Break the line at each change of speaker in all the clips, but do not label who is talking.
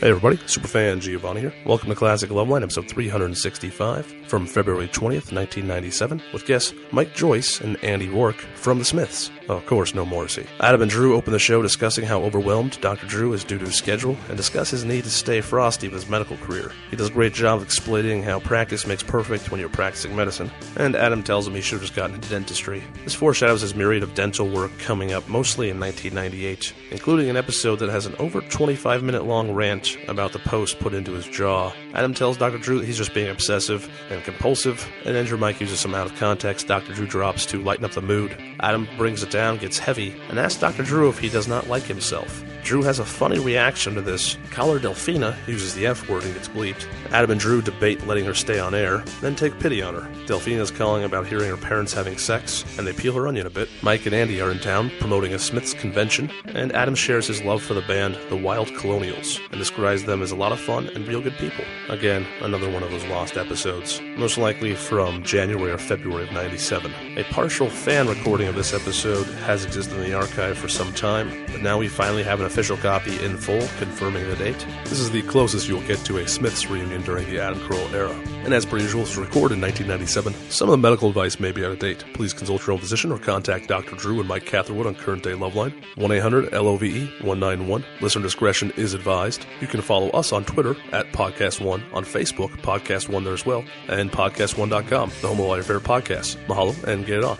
Hey everybody, Superfan Giovanni here. Welcome to Classic Love Line, episode 365 from February 20th, 1997, with guests Mike Joyce and Andy Rourke from The Smiths. Oh, Of course, no Morrissey. Adam and Drew open the show discussing how overwhelmed Dr. Drew is due to his schedule and discuss his need to stay frosty with his medical career. He does a great job of explaining how practice makes perfect when you're practicing medicine, and Adam tells him he should have just gotten into dentistry. This foreshadows his myriad of dental work coming up mostly in 1998, including an episode that has an over 25 minute long rant about the post put into his jaw. Adam tells Dr. Drew that he's just being obsessive and compulsive, and then Drew Mike uses some out of context Dr. Drew drops to lighten up the mood. Adam brings it down, gets heavy, and asks Dr. Drew if he does not like himself. Drew has a funny reaction to this. Collar Delphina uses the F word and gets bleeped. Adam and Drew debate letting her stay on air, then take pity on her. Delphina's calling about hearing her parents having sex, and they peel her onion a bit. Mike and Andy are in town promoting a Smiths convention, and Adam shares his love for the band The Wild Colonials and describes them as a lot of fun and real good people. Again, another one of those lost episodes, most likely from January or February of 97. A partial fan recording of this episode has existed in the archive for some time, but now we finally have an official copy in full confirming the date. This is the closest you'll get to a Smiths reunion during the Adam Kroll era. And as per usual, this was recorded in 1997. Some of the medical advice may be out of date. Please consult your own physician or contact Dr. Drew and Mike Catherwood on Current Day Loveline, 1 800 LOVE 191. Listener discretion is advised. You can follow us on Twitter at Podcast One, on Facebook, Podcast One there as well, and PodcastOne.com, the home of all your favorite podcasts. Mahalo and get it on.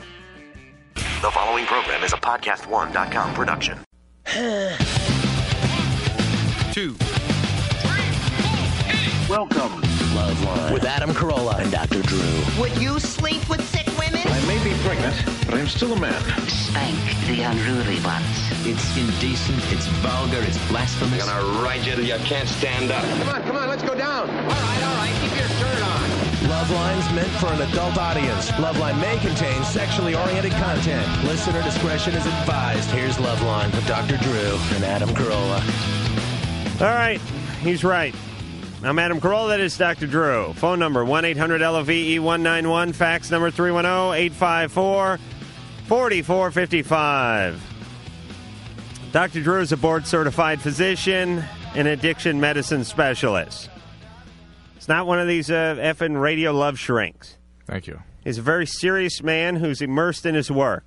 The following program is a podcast1.com production.
two.
Welcome, Love Line.
with Adam Carolla and Dr. Drew.
Would you sleep with sick women?
I may be pregnant, but I'm still a man.
Spank the unruly ones.
It's indecent, it's vulgar, it's blasphemous.
ride you till you can't stand up.
Loveline's meant for an adult audience. Loveline may contain sexually oriented content. Listener discretion is advised. Here's Loveline with Dr. Drew and Adam Carolla.
All right, he's right. I'm Adam Carolla. That is Dr. Drew. Phone number 1 800 LOVE 191. Fax number 310 854 4455. Dr. Drew is a board certified physician and addiction medicine specialist. It's not one of these uh, effing radio love shrinks.
Thank you.
He's a very serious man who's immersed in his work.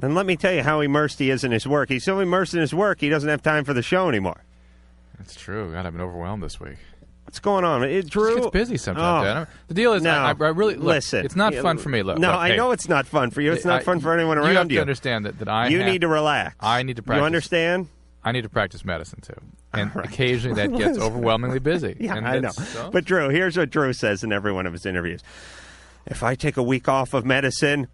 And let me tell you how immersed he is in his work. He's so immersed in his work, he doesn't have time for the show anymore.
That's true. God, I've been overwhelmed this week.
What's going on? It,
It
Drew
gets busy sometimes.
Oh,
Dan. The deal is,
no.
I, I I really look,
listen.
It's not
Yeah,
fun for me. Look,
no,
look,
I
hey,
know it's not fun for you. It's
I-
not fun for anyone
You have
around
to understand that, that I
You
have-
need to relax.
I need to practice.
You understand?
I need to practice medicine too, and occasionally that gets overwhelmingly busy.
Yeah,
and
I know.
it's- so-
But Drew, here's what Drew says in every one of his interviews. If I take a week off of medicine,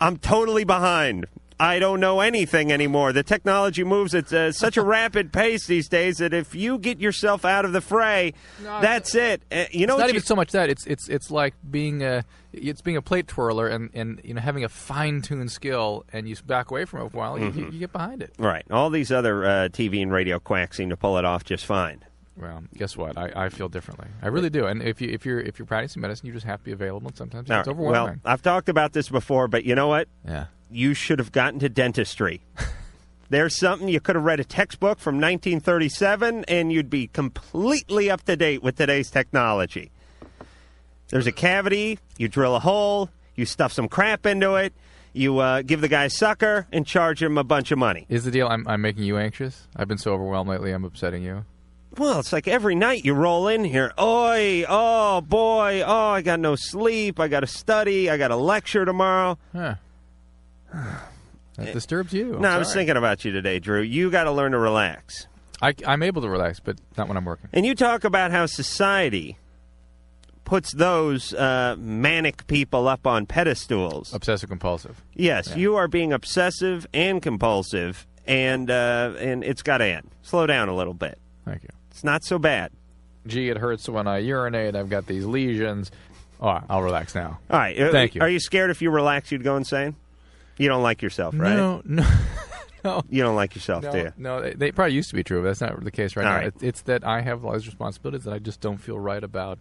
I'm totally behind. I don't know anything anymore. The technology moves at uh, such a rapid pace these days that if you get yourself out of the fray, that's it. Uh, you know what
it's not
you-
even so much that it's it's it's like being a it's being a plate twirler and, and you know having a fine tuned skill and you back away from it for a while you, you get behind it.
Mm-hmm. right. All these other uh, TV and radio quacks seem to pull it off just fine.
Well, guess what? I, I feel differently. I really do. And if you if you're if you're practicing medicine, you just have to be available. and Sometimes
All
it's
right. Well,
overwhelming.
I've talked about this before, but you know what?
yeah.
You should have gotten to dentistry. There's something you could have read a textbook from 1937 and you'd be completely up to date with today's technology. There's a cavity, you drill a hole, you stuff some crap into it, you uh, give the guy a sucker and charge him a bunch of money.
Is the deal I'm, I'm making you anxious? I've been so overwhelmed lately, I'm upsetting you.
Well, it's like every night you roll in here. Oi, oh boy, oh, I got no sleep, I got to study, I got a lecture tomorrow.
Huh. That disturbs you. Oh, I'm
no, I was
sorry.
thinking about you today, Drew. You got to learn to relax.
I, am able to relax, but not when I'm working.
And you talk about how society puts those uh, manic people up on pedestals.
Obsessive compulsive.
yes, you are being obsessive and compulsive, and uh, and it's got to end. Slow down a little bit.
Thank you.
It's not so bad.
Gee, it hurts when I urinate. I've got these lesions. Oh, I'll relax now.
All right. uh,
Thank you.
Are you scared if you relax, you'd go insane? You don't like yourself, right?
No, no,
You don't like yourself, do
no,
you?
no. They, they probably used to be true, but that's not the case right
All
now.
right.
It, it's that I have all these responsibilities that I just don't feel right about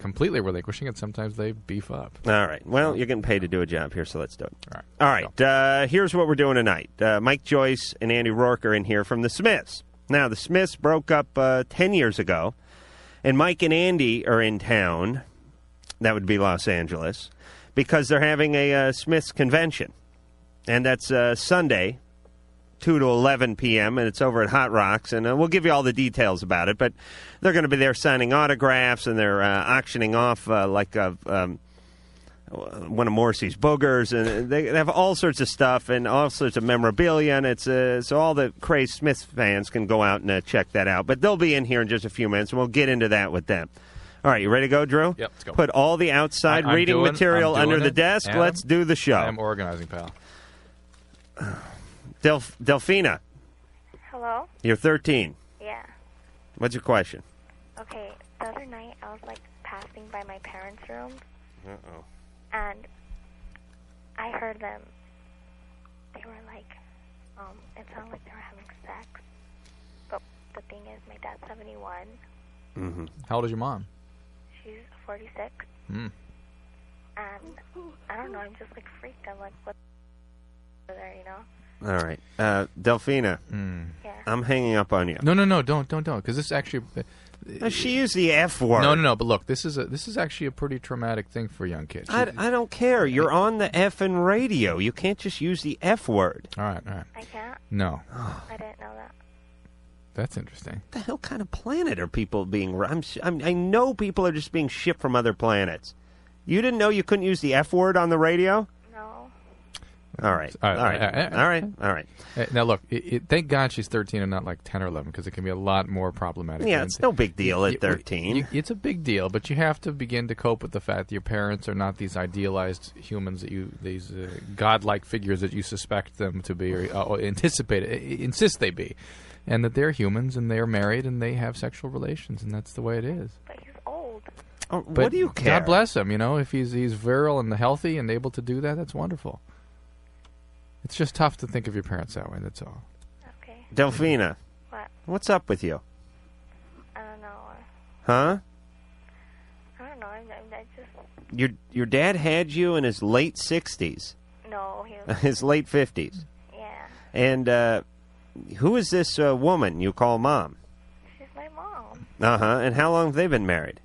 completely relinquishing, and sometimes they beef up.
All right. Well, you're getting paid to do a job here, so let's do it.
All right.
All right. Uh, here's what we're doing tonight. Uh, Mike Joyce and Andy Rourke are in here from the Smiths. Now, the Smiths broke up uh, 10 years ago, and Mike and Andy are in town. That would be Los Angeles, because they're having a uh, Smiths convention. And that's uh, Sunday, 2 to 11 p.m., and it's over at Hot Rocks. And uh, we'll give you all the details about it, but they're going to be there signing autographs and they're uh, auctioning off uh, like a. Um, one of Morrissey's boogers, and uh, they they have all sorts of stuff and all sorts of memorabilia, and it's uh, so all the crazed Smiths fans can go out and uh, check that out. But they'll be in here in just a few minutes, and we'll get into that with them. All right, you ready to go, Drew?
Yep, let's go.
Put all the outside
I- I'm
reading
doing-
material
I'm doing
under the
it,
desk.
Adam.
Let's do the show.
I am organizing, pal.
Delph- Delphina,
Hello?
you're 13.
Yeah.
What's your question?
Okay. The other night I was like passing by my parents' room and I heard them they were like um it sounded like they were having sex. But the thing is my dad's 71,
Mm-hmm. How old is your mom?
she's 46
Mm.
and I don't know, I'm just like freaked. I'm like what there, you know?
All right, uh, Delphina, I'm hanging up on you.
Hmm. No, no, no, don't, don't, don't, because this actually.
she used the F word.
No, no, no. But look, this is a this is actually a pretty traumatic thing for young kids.
I, I don't care. You're on the F and radio. You can't just use the F word.
All right, all right.
I can't.
No,
I didn't know that.
that's interesting.
the hell kind of planet are people being? I'm, s- I'm, I know people are just being shipped from other planets. You didn't know you couldn't use the F word on the radio?
No.
All right, all
All right,
right, all right, all right.
Uh, Now look, it, it, thank God she's 13 and not like 10 or 11 because it can be a lot more problematic.
Yeah,
than-
it's no big deal at
You-
13.
you- it's a big deal, but you have to begin to cope with the fact that your parents are not these idealized humans that you these uh, godlike figures that you suspect them to be or, uh, or anticipate uh, insist they be, and that they're humans and they are married and they have sexual relations and that's the way it is.
Oh,
But
what do you care?
God bless him. You know, if he's he's virile and healthy and able to do that, that's wonderful. It's just tough to think of your parents that way. That's all.
Delphina,
What?
what's up with you?
I don't know.
Huh?
I don't know. I'm, I'm I just
Your your dad had you in his late 60s,
no, he
his late 50s.
yeah.
And uh, who is this uh, woman you call mom?
She's my mom.
Uh huh. And how long have they been married?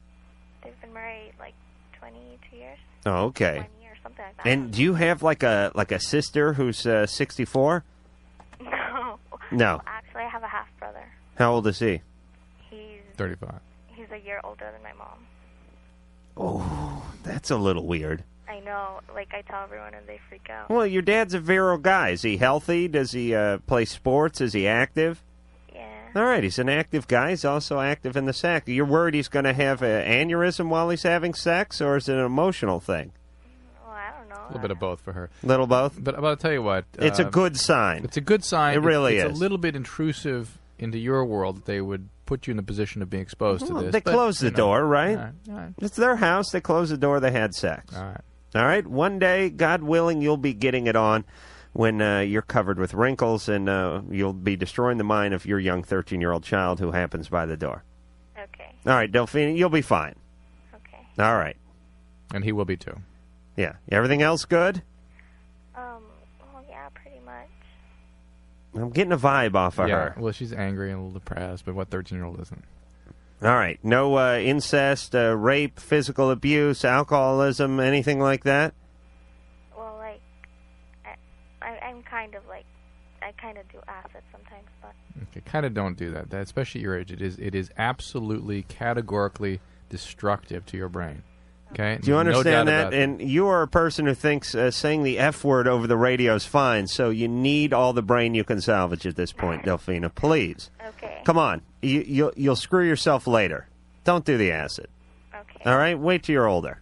They've been married like 22 years,
Oh, okay.
or something like that.
And do you have like a like a sister who's uh, 64?
no.
No.
Actually, I have a half brother.
How old is he?
He's
35.
he's a year older than my mom.
Oh, that's a little weird.
I know. Like I tell everyone, and they freak out.
Well, your dad's a virile guy. Is he healthy? Does he uh, play sports? Is he active?
Yeah.
All right, he's an active guy. He's also active in the sack. You're worried he's going to have an aneurysm while he's having sex, or is it an emotional thing?
A little bit of both for her.
Little both.
But, but I'll tell you what.
It's a
uh,
good sign.
It's a good sign.
It really
it's,
is.
It's a little bit intrusive into your world that they would put you in the position of being exposed
Well,
to this.
Mm-hmm. They
but,
closed the
you know,
door, right?
all right, all right.
It's their house. They closed the door. They had sex. All
right.
All right. One day, God willing, you'll be getting it on when uh, you're covered with wrinkles and uh, you'll be destroying the mind of your young 13 year old child who happens by the door.
Okay.
All right, Delphine, you'll be fine. Okay. All right.
And he will be too.
Yeah. Everything else good?
Um. Well, yeah, pretty much.
I'm getting a vibe off of
yeah.
her.
Well, she's angry and a little depressed, but what 13 year old isn't?
All right. No uh, incest, uh, rape, physical abuse, alcoholism, anything like that?
Well, like I, I I'm kind of like I kind of do acid sometimes, but
Okay, kind of don't do that. that. Especially at your age, it is it is absolutely categorically destructive to your brain. Okay,
Do you
No doubt
understand
about
that? And you are a person who thinks uh, saying the F word over the radio is fine, so you need all the brain you can salvage at this point, Delphina. Please.
Okay.
Come on. You, you'll, you'll screw yourself later. Don't do the acid. Okay. All right? Wait till you're older.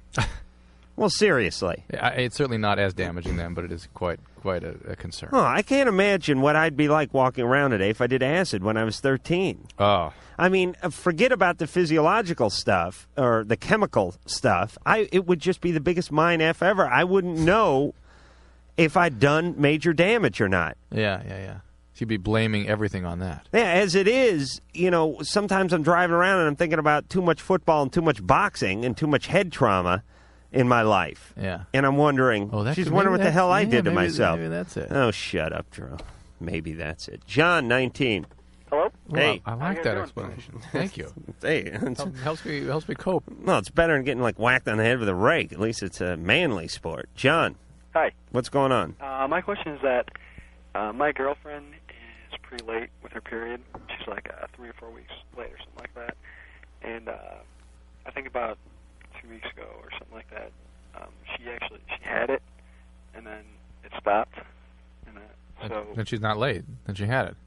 well, seriously.
I, it's certainly not as damaging then, but it is quite quite a, a concern.
Oh, I can't imagine what I'd be like walking around today if I did acid when I was 13.
Oh.
I mean, uh, forget about the physiological stuff or the chemical stuff. I it would just be the biggest mind f ever. I wouldn't know if I'd done major damage or not.
Yeah, yeah, yeah. She'd be blaming everything on that.
Yeah, as it is, you know, sometimes I'm driving around and I'm thinking about too much football and too much boxing and too much head trauma in my life.
Yeah. Oh,
And I'm wondering,
that
she's
could-
wondering
maybe
what the hell I
that's- yeah,
did to Oh,
maybe-
myself.
maybe that's it.
Oh, shut up, Drew. Maybe that's it. John, 19.
Hello?
Hey.
I like that explanation. Thank you.
Hey, it's-
Help- helps me helps me cope.
no, it's better than getting like whacked on the head with a rake. At least it's a manly sport. John,
Hi.
what's going on?
Uh, my question is that uh, my girlfriend is pretty late with her period. She's like uh, three or four weeks late or something like that. And uh, I think about two weeks ago or something like that, um, she actually she had it, and then it stopped. And uh, so
Then she's not late. Then she had it.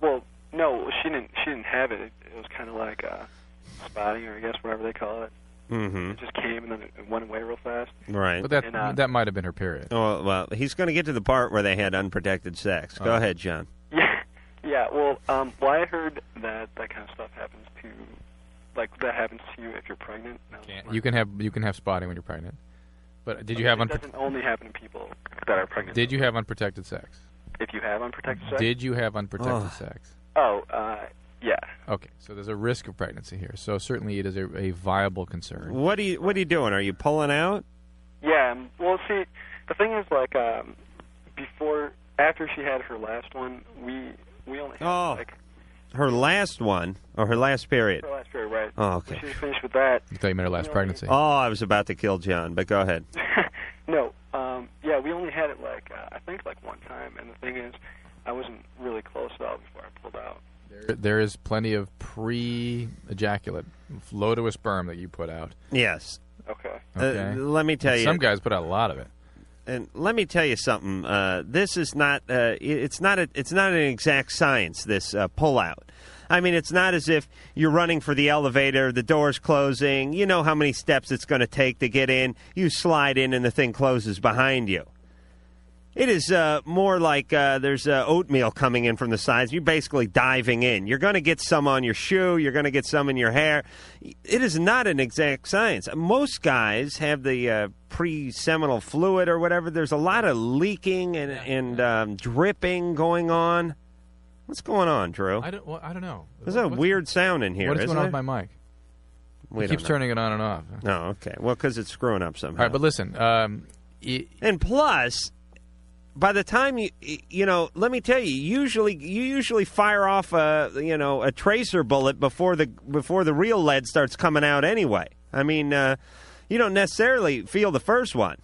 Well, no, she didn't. She didn't have it. It, it was kind of like uh, spotting, or I guess whatever they call it.
Mm-hmm.
It just came and then it it went away real fast.
Right.
But that
And, uh,
that might have been her period.
Oh well, he's going to get to the part where they had unprotected sex.
Oh.
Go ahead, John.
Yeah, yeah. Well, um, well, I heard that that kind of stuff happens to, like that happens to you if you're pregnant. No,
You can have you can have spotting when you're pregnant. But did you have
it
unpro-
doesn't only happen to people that are pregnant.
did you have unprotected sex?
If you have unprotected sex.
Did you have unprotected
Ugh.
sex?
Oh, uh, yeah.
Okay, so there's a risk of pregnancy here. So certainly it is a, a viable concern.
What are you What are you doing? Are you pulling out?
Yeah, um, well, see, the thing is, like, um, before, after she had her last one, we we only had
Oh.
like
Her last one or her last period?
her last period, right?
Oh, okay.
When she finished with that.
You thought you meant her last pregnancy.
Oh, I was about to kill John, but go ahead.
No, um, yeah, we only had it like uh, I think like one time, and the thing is, I wasn't really close at all before I pulled out.
There- There is plenty of pre-ejaculate, lotuous sperm that you put out.
Yes.
Okay.
Uh, let me tell you-
Some guys put out a lot of it.
And let me tell you something. Uh, this is not. Uh, it- it's not. A, it's not an exact science. This uh, pullout. I mean, it's not as if you're running for the elevator, the door's closing. You know how many steps it's going to take to get in. You slide in, and the thing closes behind you. It is uh, more like uh, there's uh, oatmeal coming in from the sides. You're basically diving in. You're going to get some on your shoe. You're going to get some in your hair. It is not an exact science. Most guys have the uh, pre-seminal fluid or whatever. There's a lot of leaking and, and um, dripping going on. What's going on, Drew?
I don't. Well, I don't know.
There's a weird sound in here.
what is
isn't
going on
there?
with my mic?
We
it
don't
keeps
know.
turning it on and off.
Oh, okay. Well, because it's screwing up somehow.
All right, but listen. Um,
and plus, by the time you you know, let me tell you, usually you usually fire off a you know a tracer bullet before the before the real lead starts coming out anyway. I mean, uh, you don't necessarily feel the first one.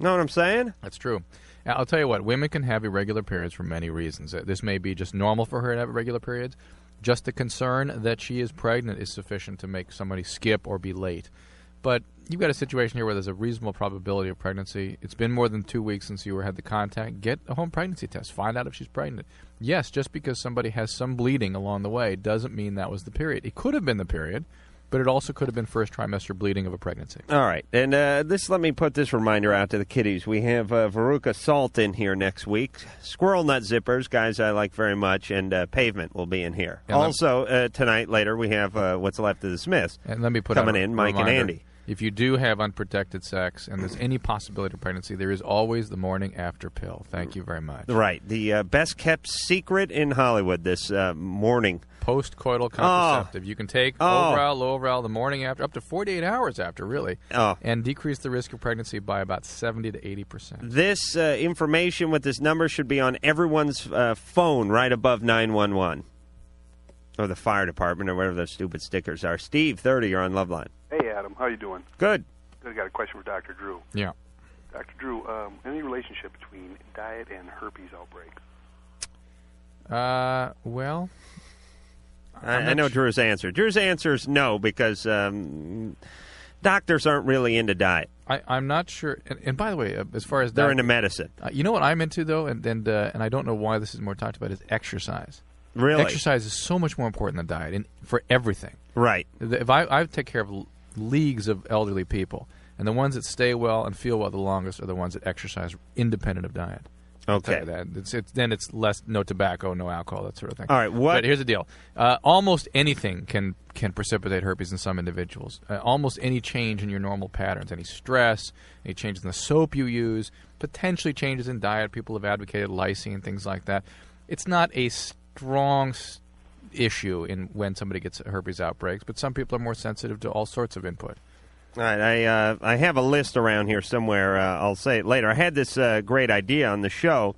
Know what I'm saying?
That's true. Now, I'll tell you what, women can have irregular periods for many reasons. Uh, This may be just normal for her to have irregular periods. Just the concern that she is pregnant is sufficient to make somebody skip or be late. But you've got a situation here where there's a reasonable probability of pregnancy. It's been more than two weeks since you were had the contact. Get a home pregnancy test. Find out if she's pregnant. Yes, just because somebody has some bleeding along the way doesn't mean that was the period. It could have been the period, but it also could have been first trimester bleeding of a pregnancy.
All right, and uh, this let me put this reminder out to the kiddies. We have uh, Veruca Salt in here next week. Squirrel Nut Zippers, guys, I like very much, and uh, Pavement will be in here.
And let-
also uh, tonight later we have uh, what's left of the Smiths.
And let me put
coming
out a
in, Mike
reminder.
and Andy.
If you do have unprotected sex and there's any possibility of pregnancy, there is always the morning after pill. Thank you very much.
Right, the uh, best kept secret in Hollywood this uh, morning.
Postcoital Contraceptive. you can take
Oh.
Overall, low overall the morning after, up to 48 hours after, really,
Oh.
and decrease the risk of pregnancy by about 70 to 80 percent.
This uh, information with this number should be on everyone's uh, phone right above 911 or the fire department or wherever those stupid stickers are. Steve, 30, you're on Loveline.
Hey, Adam, how you doing?
Good.
I got a question for Dr. Drew.
Yeah.
Dr. Drew, um, any relationship between diet and herpes outbreak?
Uh, well,
I,
I'm
I
not
know
su-
Drew's answer. Drew's answer is no because um, doctors aren't really into diet.
I, I'm not sure. And, and by the way, uh, as far as
They're
that-
into medicine.
Uh, you know what I'm into though, and and uh, and I don't know why this is more talked about is exercise.
Really?
exercise is so much more important than diet, and for everything.
Right.
If I I take care of l- leagues of elderly people, and the ones that stay well and feel well the longest are the ones that exercise independent of diet. I'll tell
Okay.
you that it's, it's, then it's less no tobacco, no alcohol, that sort of thing.
All right, what-
But here's the deal: uh, almost anything can can precipitate herpes in some individuals. Uh, almost any change in your normal patterns, any stress, any changes in the soap you use, potentially changes in diet. People have advocated lysine, things like that. It's not a strong s- issue in when somebody gets herpes outbreaks, but some people are more sensitive to all sorts of input.
All right, I uh, I have a list around here somewhere. Uh, I'll say it later. I had this uh, great idea on the show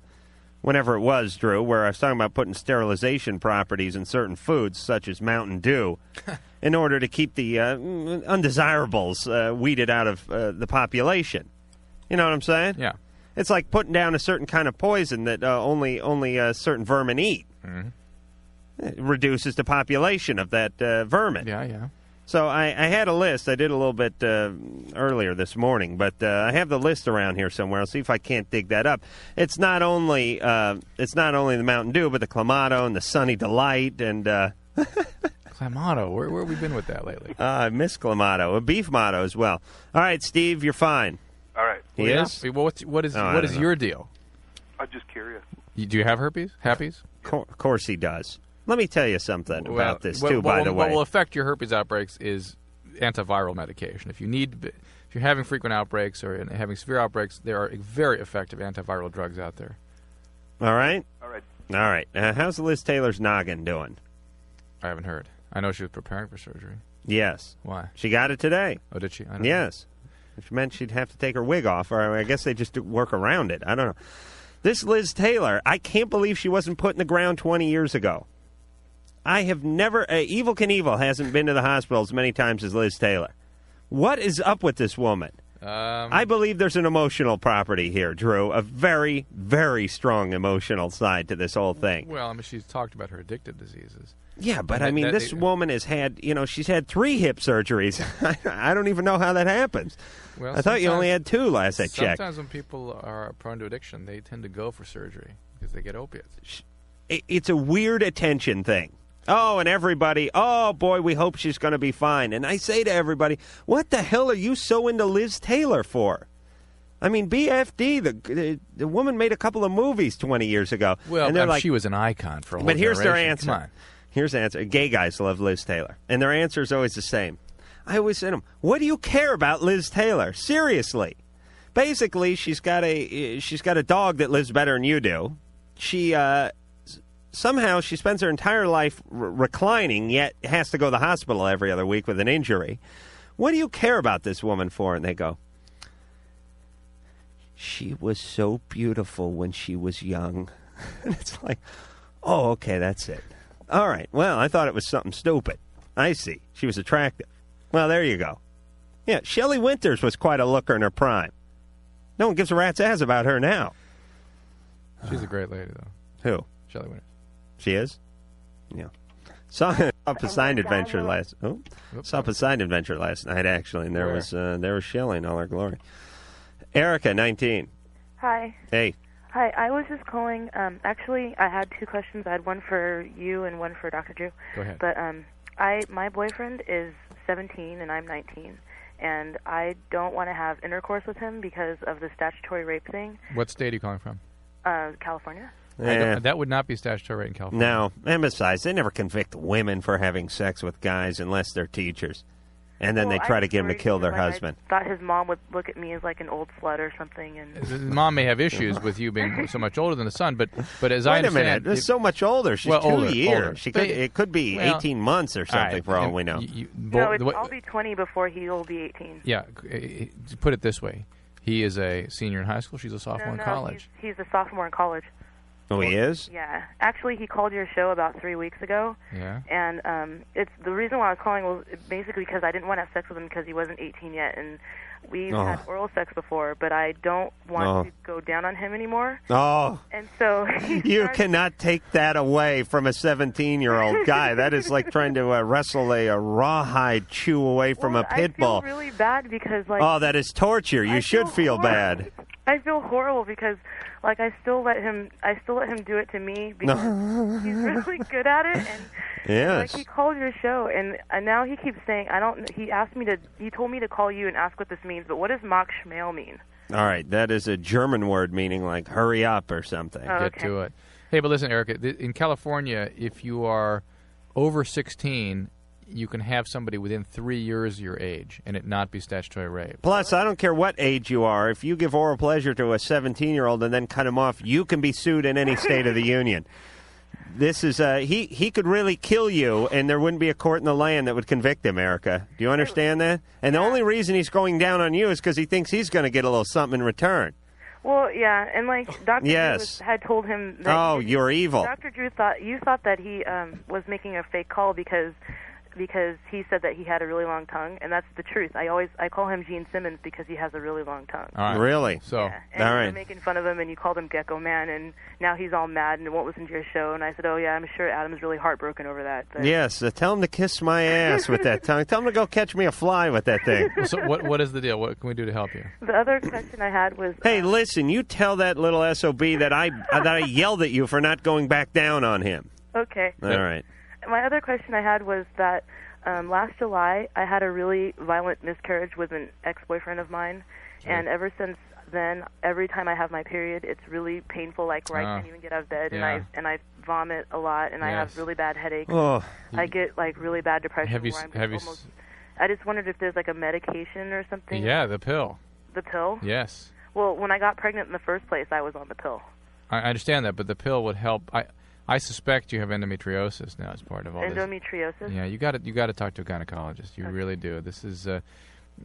whenever it was, Drew, where I was talking about putting sterilization properties in certain foods, such as Mountain Dew, in order to keep the uh, mm, undesirables uh, weeded out of uh, the population. You know what I'm saying?
Yeah.
It's like putting down a certain kind of poison that uh, only only uh, certain vermin eat. It reduces the population of that uh, vermin.
Yeah, yeah.
So I, I had a list. I did a little bit uh, earlier this morning, but uh, I have the list around here somewhere. I'll see if I can't dig that up. It's not only uh, it's not only the Mountain Dew, but the Clamato and the Sunny Delight and uh,
Clamato. Where, where have we been with that lately?
uh, I miss Clamato, a beef motto as well. All right, Steve, you're fine.
All right.
He
Yeah.
is.
Well, what's, what is
Oh, I
what
don't
is
know.
your deal?
I'm just curious.
You, do you have herpes? Happies?
Co- of course he does. Let me tell you something
Well,
about this
what-
too.
what
by
will-
the
what
way,
will affect your herpes outbreaks is antiviral medication. If you need, if you're having frequent outbreaks or having severe outbreaks, there are very effective antiviral drugs out there.
all right,
all right,
all right. Uh, how's Liz Taylor's noggin doing?
I haven't heard. I know she was preparing for surgery.
Yes.
Why?
She got it today.
Oh, did she? I don't know.
yes. Which meant she'd have to take her wig off, or I guess they just do- work around it. I don't know. This Liz Taylor, I can't believe she wasn't put in the ground 20 years ago. I have never, uh, Evil Knievel hasn't been to the hospital as many times as Liz Taylor. What is up with this woman?
Um,
I believe there's an emotional property here, Drew. A very, very strong emotional side to this whole thing.
Well, I mean, she's talked about her addictive diseases.
Yeah, but
And
I
that-
mean,
that-
this woman has had, you know, she's had three hip surgeries. I don't even know how that happens.
Well,
I thought you only had
sometimes-
two last I checked.
Sometimes when people are prone to addiction, they tend to go for surgery because they get opiates.
It- It's a weird attention thing. Oh, and everybody, oh boy, we hope she's going to be fine. And I say to everybody, what the hell are you so into Liz Taylor for? I mean, BFD, the- the the woman made a couple of movies 20 years ago.
Well,
and they're
um,
like,
she was an icon for a whole
But here's their
generation.
answer.
Come on.
Here's the answer. Gay guys love Liz Taylor, and their answer is always the same. I always send them, "What do you care about Liz Taylor? Seriously." Basically, she's got a uh, she's got a dog that lives better than you do. She uh, s- somehow she spends her entire life r- reclining, yet has to go to the hospital every other week with an injury. What do you care about this woman for? And they go, she was so beautiful when she was young. and it's like, oh, okay, that's it. All right. Well, I thought it was something stupid. I see. She was attractive. Well, there you go. Yeah, Shelley Winters was quite a looker in her prime. No one gives a rat's ass about her now.
She's a great lady, though.
Who?
Shelley Winters.
She is? Yeah. Saw up a signed adventure last. Oh, saw up a signed adventure last night actually, and there
Where?
was uh, there was Shelley in all her glory. Erica, nineteen.
Hi.
Hey,
Hi, I was just calling. Um, actually, I had two questions. I had one for you and one for Dr. Drew.
Go ahead.
But um, I my boyfriend is 17 and I'm 19, and I don't want to have intercourse with him because of the statutory rape thing,
What state are you calling from?
uh, California.
I don't-
Eh.
that would not be statutory rape in California.
No, and besides, they never convict women for having sex with guys unless they're teachers, and then
Well,
they
I
try to
was
get them to
worried
kill their
because, like, I
husband.
Thought his mom would look at me as like an old slut or something, and
His mom may have issues with you being so much older than the son, but but as I
Wait a
understand,
minute, this
it-
is so much older. She's
well,
two
older,
years.
older.
She could,
But-
it could be
well,
eighteen months or
all right,
something for all
and
we know.
you- you-
no,
bo-
it's,
the way-
I'll be 20 before he will be 18.
yeah, c- eh, eh, put it this way: he is a senior in high school. She's a sophomore
no, no,
in college.
He's, he's a sophomore in college.
oh, he is.
Yeah, actually, he called your show about three weeks ago,
Yeah.
and um, it's the reason why I was calling was basically because I didn't want to have sex with him because he wasn't 18 yet, and we've
Oh.
had oral sex before, but I don't want
Oh.
to go down on him anymore.
Oh.
And so he
You
started-
cannot take that away from a 17 year old guy. That is like trying to uh, wrestle a, a rawhide chew away from a pit
I feel
bull.
really bad because like
oh, that is torture. You should feel bad.
I feel horrible because like I still let him I still let him do it to me because he's really good at it and
Yes.
Like he called your show, and uh, now he keeps saying, "I don't." He asked me to. He told me to call you and ask what this means. But what does Mach Schmale mean?
All right, that is a German word meaning like hurry up or something.
Oh,
Get to it. Hey, but listen, Erica. Th- in California, if you are over 16, you can have somebody within three years of your age and it not be statutory rape.
Plus, I don't care what age you are. If you give oral pleasure to a 17 year old and then cut him off, you can be sued in any state of the union. This is uh, he. He could really kill you, and there wouldn't be a court in the land that would convict him, Erica. Do you understand that? And the only reason he's going down on you is because he thinks he's going to get a little something in return.
Well, yeah, and like Dr. Drew
Yes.
was, had told him that.
Oh, you're evil.
Dr. Drew thought you thought that he um, was making a fake call because because he said that he had a really long tongue, and that's the truth. I always I call him Gene Simmons because he has a really long tongue.
All right.
Really?
So,
And you were making fun of him, and you called him Gecko Man, and now he's all mad and won't listen to your show. And I said, "Oh yeah, I'm sure Adam's really heartbroken over that." But
Yes, uh, tell him to kiss my ass with that tongue. Tell him to go catch me a fly with that thing.
so what what is the deal? What can we do to help you?
the other question I had was,
Hey, listen, you tell that little sob that I that I yelled at you for not going back down on him.
okay,
All right.
My other question I had was that um, last July I had a really violent miscarriage with an ex-boyfriend of mine, and ever since then, every time I have my period, it's really painful. Like where
Ah.
I can't even get out of bed,
Yeah.
and I and I vomit a lot, and I have
Yes.
really bad headaches.
Oh.
I get like really bad depression.
Have you
where
s-
I'm
have you s-
almost, I just wondered if there's like a medication or something.
Yeah, the pill.
The pill.
Yes,
Well, when I got pregnant in the first place, I was on the pill.
I I understand that, but the pill would help. I I suspect you have endometriosis now as part of all this.
Endometriosis.
Yeah, you got to you got to talk to a gynecologist. You really do. This is uh,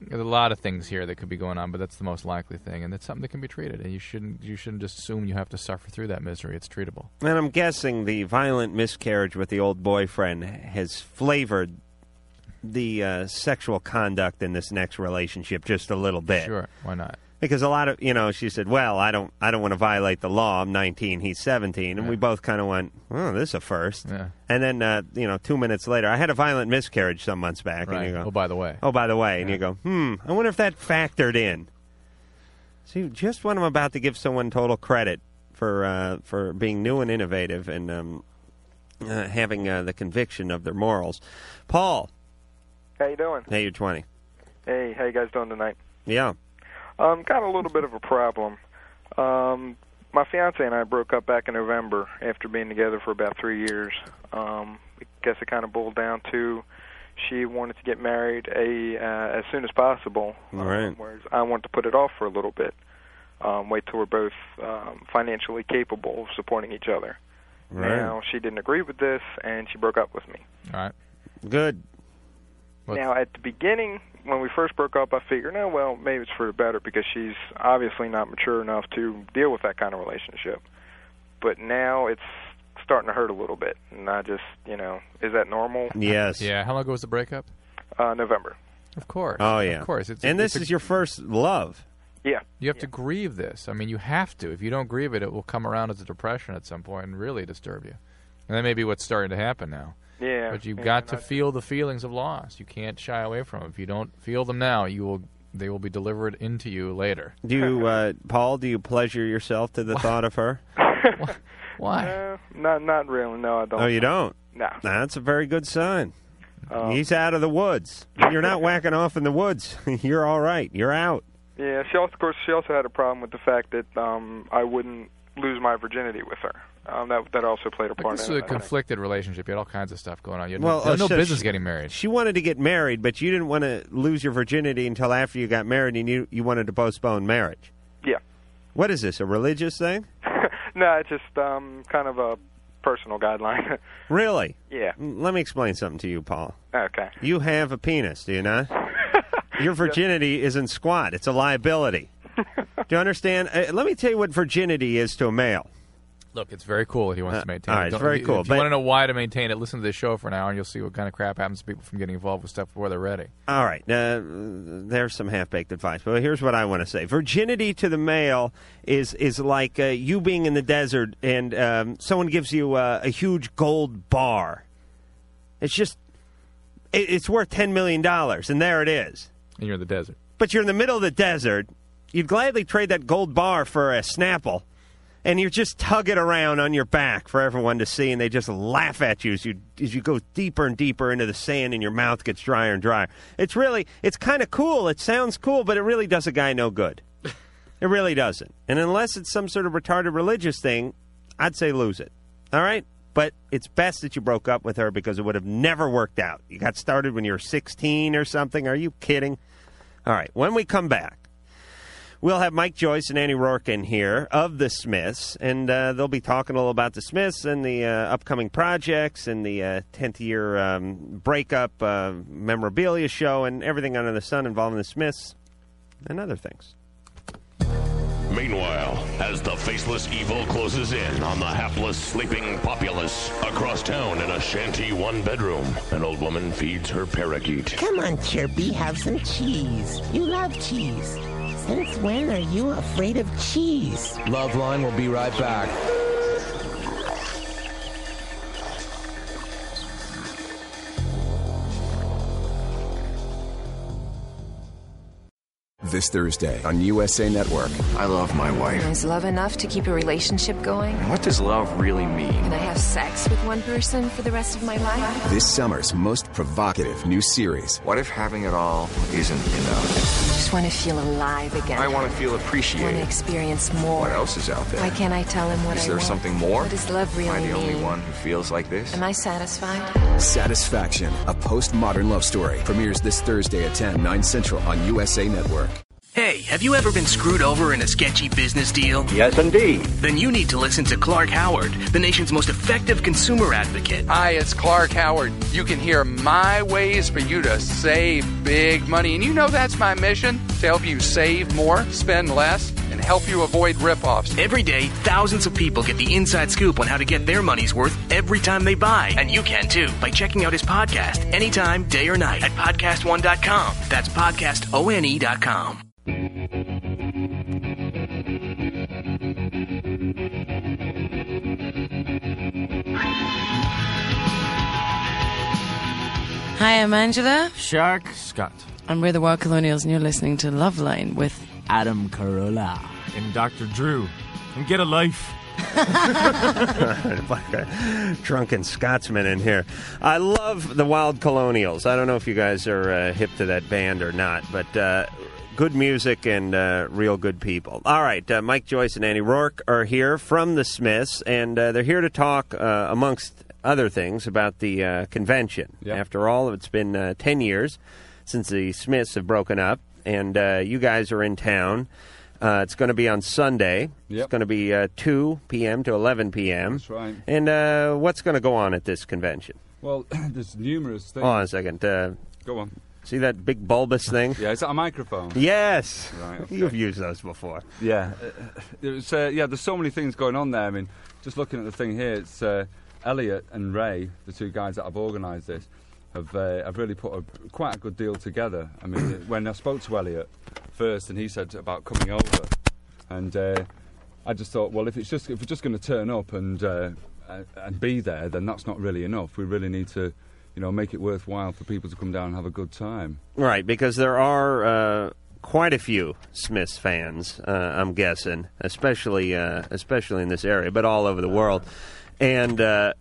there's a lot of things here that could be going on, but that's the most likely thing, and it's something that can be treated. And you shouldn't you shouldn't just assume you have to suffer through that misery. It's treatable.
And I'm guessing the violent miscarriage with the old boyfriend has flavored the uh, sexual conduct in this next relationship just a little bit.
Sure, why not?
Because a lot of you know, she said, "Well, I don't, I don't want to violate the law. I'm 19, he's 17," and we both kind of went, "Oh, this is a first. And then uh, you know, two minutes later, I had a violent miscarriage some months back, and
Right.
you go,
Oh, by the way,
oh, by the way," and you go, "Hmm, I wonder if that factored in." See, just when I'm about to give someone total credit for uh, for being new and innovative and um, uh, having uh, the conviction of their morals, Paul,
How you doing?
hey, you're 20.
Hey, how you guys doing tonight?
Yeah.
Um, got a little bit of a problem. Um, my fiance and I broke up back in November after being together for about three years. Um, I guess it kind of boiled down to she wanted to get married a uh, as soon as possible,
All right.
whereas I wanted to put it off for a little bit, um, wait till we're both um, financially capable of supporting each other.
Right.
Now she didn't agree with this, and she broke up with me.
All right.
Good.
Now, at the beginning, when we first broke up, I figured, no, well, maybe it's for the better because she's obviously not mature enough to deal with that kind of relationship. But now it's starting to hurt a little bit, and I just, you know, is that normal?
Yes.
Yeah. How long ago was the breakup?
Uh, November.
Of course.
Oh yeah.
Of course. It's
and this
it's
is your first love.
Yeah.
You have to grieve this. I mean, you have to. If you don't grieve it, it will come around as a depression at some point and really disturb you. And that may be what's starting to happen now.
Yeah,
But you've
and
got to
I-
feel the feelings of loss. You can't shy away from them. If you don't feel them now, you will. They will be delivered into you later.
Do you, uh, Paul? Do you pleasure yourself to the thought of her?
Why?
No, Uh, not, not really. No, I don't.
Oh, you don't.
No. Um,
That's a very good sign. He's out of the woods. You're not whacking off in the woods. You're all right. You're out.
Yeah, she also, of course, she also had a problem with the fact that um, I wouldn't lose my virginity with her. Um, that that also played a part
This is
in
a
it. I think.
conflicted relationship. You had all kinds of stuff going on. You had
Well,
no,
uh,
no
so
business
she-
getting married.
She wanted to get married, but you didn't want to lose your virginity until after you got married, and you you wanted to postpone marriage.
Yeah.
What is this? A religious thing?
no, it's just um, kind of a personal guideline.
Really?
Yeah.
Let me explain something to you, Paul.
okay.
You have a penis, do you not? Your virginity isn't squat. It's a liability. do you understand? Uh, let me tell you what virginity is to a male.
Look, it's very cool that he wants to maintain.
Uh, all
it.
right, it's
Don't-
very
if you-
cool,
If you
but-
want to know why to maintain it, listen to this show for an hour, and you'll see what kind of crap happens to people from getting involved with stuff before they're ready.
All right. Uh, there's some half baked advice. But here's what I want to say Virginity to the male is, is like uh, you being in the desert and um, someone gives you uh, a huge gold bar. It's just, it, it's worth $10 million, and there it is.
And you're in the desert.
But you're in the middle of the desert. You'd gladly trade that gold bar for a Snapple. And you just tug it around on your back for everyone to see, and they just laugh at you as you as you go deeper and deeper into the sand, and your mouth gets drier and drier. It's really, it's kind of cool. It sounds cool, but it really does a guy no good. It really doesn't. And unless it's some sort of retarded religious thing, I'd say lose it. All right? But it's best that you broke up with her because it would have never worked out. You got started when you were 16 or something. Are you kidding? All right. When we come back, We'll have Mike Joyce and Annie Rourke in here of the Smiths, and uh, they'll be talking a little about the Smiths and the uh, upcoming projects and the uh, 10th year um, breakup uh, memorabilia show and everything under the sun involving the Smiths and other things.
Meanwhile, as the faceless evil closes in on the hapless sleeping populace, across town in a shanty one bedroom, an old woman feeds her parakeet.
Come on, Chirpy, have some cheese. You love cheese. Since when are you afraid of cheese?
Loveline will be right back.
This Thursday on USA Network.
I love my wife.
Is love enough to keep a relationship going?
What does love really mean?
Can I have sex with one person for the rest of my life?
This summer's most provocative new series.
What if having it all isn't enough?
I just want to feel alive again.
I want to feel
I want to
appreciated.
experience more.
What else is out there?
Why can't I tell him what
Is
I
there
want?
something more?
What does love really
Am I the
mean?
only one who feels like this?
Am I satisfied?
Satisfaction, a postmodern love story, premieres this Thursday at 10, 9 central on USA Network.
Hey, have you ever been screwed over in a sketchy business deal?
Yes, indeed.
Then you need to listen to Clark Howard, the nation's most effective consumer advocate.
Hi, it's Clark Howard. You can hear my ways for you to save big money. And you know that's my mission to help you save more, spend less, and help you avoid ripoffs.
Every day, thousands of people get the inside scoop on how to get their money's worth every time they buy. And you can too by checking out his podcast anytime, day or night at podcastone.com. That's podcastone.com.
Hi, I'm Angela. Shark.
Scott.
And we're the Wild Colonials, and you're listening to Love Line with Adam Carolla.
And Dr. Drew. And get a life.
like a drunken Scotsman in here. I love the Wild Colonials. I don't know if you guys are uh, hip to that band or not, but uh, good music and uh, real good people. All right, uh, Mike Joyce and Annie Rourke are here from the Smiths, and uh, they're here to talk, uh, amongst other things, about the uh, convention. After all, it's been uh, 10 years since the Smiths have broken up, and uh, you guys are in town. Uh, it's going to be on Sunday. It's going to be uh, 2 p.m. to 11 p.m.
That's right.
And uh, what's going to go on at this convention?
Well, there's numerous things.
Hold on a second. Uh,
Go on.
See that big bulbous thing?
Yeah, is that a microphone?
Yes.
Right, okay.
You've used those before.
Yeah, uh, there's uh, yeah, there's so many things going on there. I mean, just looking at the thing here, it's uh, Elliot and Ray, the two guys that have organised this, have uh, have really put a, quite a good deal together. I mean, it- when I spoke to Elliot first, and he said about coming over, and uh, I just thought, well, if it's just if we're just going to turn up and uh, a- and be there, then that's not really enough. We really need to, you know, make it worthwhile for people to come down and have a good time.
Right, because there are uh, quite a few Smiths fans, uh, I'm guessing, especially uh, especially in this area, but all over the world. And uh,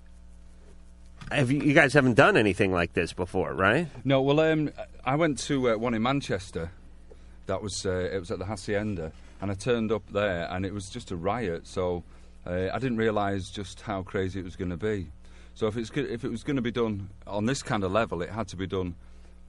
have you, you guys haven't done anything like this before, right?
No, well, um, I went to uh, one in Manchester. That was uh, it was at the Hacienda, and I turned up there, and it was just a riot. So uh, I didn't realise just how crazy it was going to be. So if it's go- if it was going to be done on this kind of level, it had to be done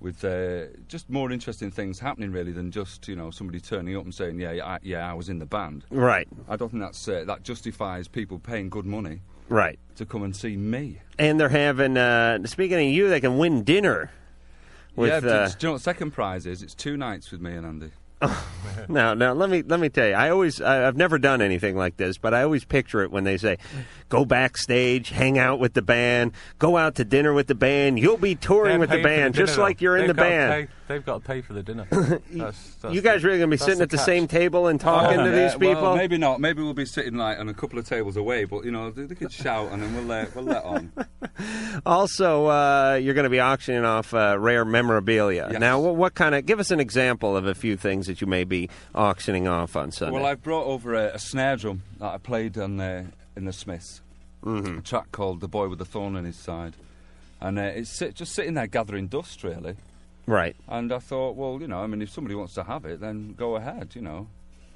with uh, just more interesting things happening, really, than just you know somebody turning up and saying, yeah, yeah, I, yeah, I was in the band.
Right.
I don't think that's uh, that justifies people paying good money
Right.
to come and see me.
And they're having, uh, speaking of you, they can win dinner with.
yeah, do-
uh, Oh,
do you know what second prize is? It's two nights with me and Andy.
Now, now let me let me tell you. I always I, I've never done anything like this, but I always picture it when they say, "Go backstage, hang out with the band, go out to dinner with the band. You'll be touring
They're
with the
paying for
band, just
dinner,
like
though.
you're in
They've
the
gotta
band."
pay- they've got to pay for the dinner. That's- that's
you guys
the-
really gonna be
that's
sitting at the
catch.
same table and talking to
Oh, Yeah,
these people?
Well, maybe not. Maybe we'll be sitting like on a couple of tables away, but you know they, they could shout and then we'll let we'll let on.
Also, uh, you're going to be auctioning off uh, rare memorabilia.
Yes.
Now, what, what kind of? Give us an example of a few things that you may be auctioning off on Sunday.
Well, I've brought over a, a snare drum that I played on uh, in the Smiths,
Mm-hmm.
a track called "The Boy with the Thorn in His Side," and uh, it's sit, just sitting there gathering dust, really.
right.
And I thought, well, you know, I mean, if somebody wants to have it, then go ahead, you know.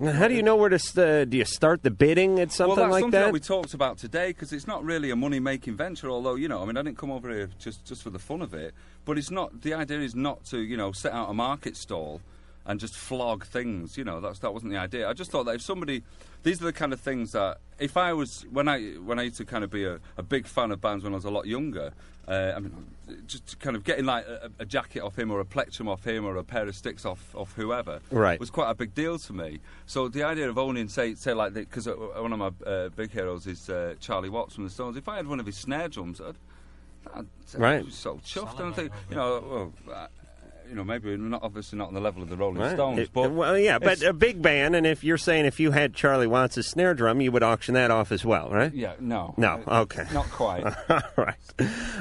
Now, how do you know where to? St- do you start the bidding at something
well, that's
like
something that?
that?
we talked about today because it's not really a money-making venture. Although you know, I mean, I didn't come over here just just for the fun of it. But it's not. The idea is not to you know set out a market stall and just flog things. You know, that's that wasn't the idea. I just thought that if somebody, these are the kind of things that if I was when I when I used to kind of be a, a big fan of bands when I was a lot younger. Uh, I mean, just kind of getting like a, a jacket off him or a plectrum off him or a pair of sticks off off whoever
Right.
was quite a big deal to me. So the idea of owning, say, say like because uh, one of my uh, big heroes is uh, Charlie Watts from the Stones. If I had one of his snare drums, I'd, I'd say,
Right.
"I'm so chuffed. And I think, you know, well, uh, you know, maybe we're not obviously not on the level of the Rolling
Right.
Stones,
It-
but
well, yeah, but uh,
it's-
a big band, and if you're saying if you had Charlie Watts' snare drum, you would auction that off as well, right?
yeah, no,
No,
Uh,
okay.
not quite.
All right.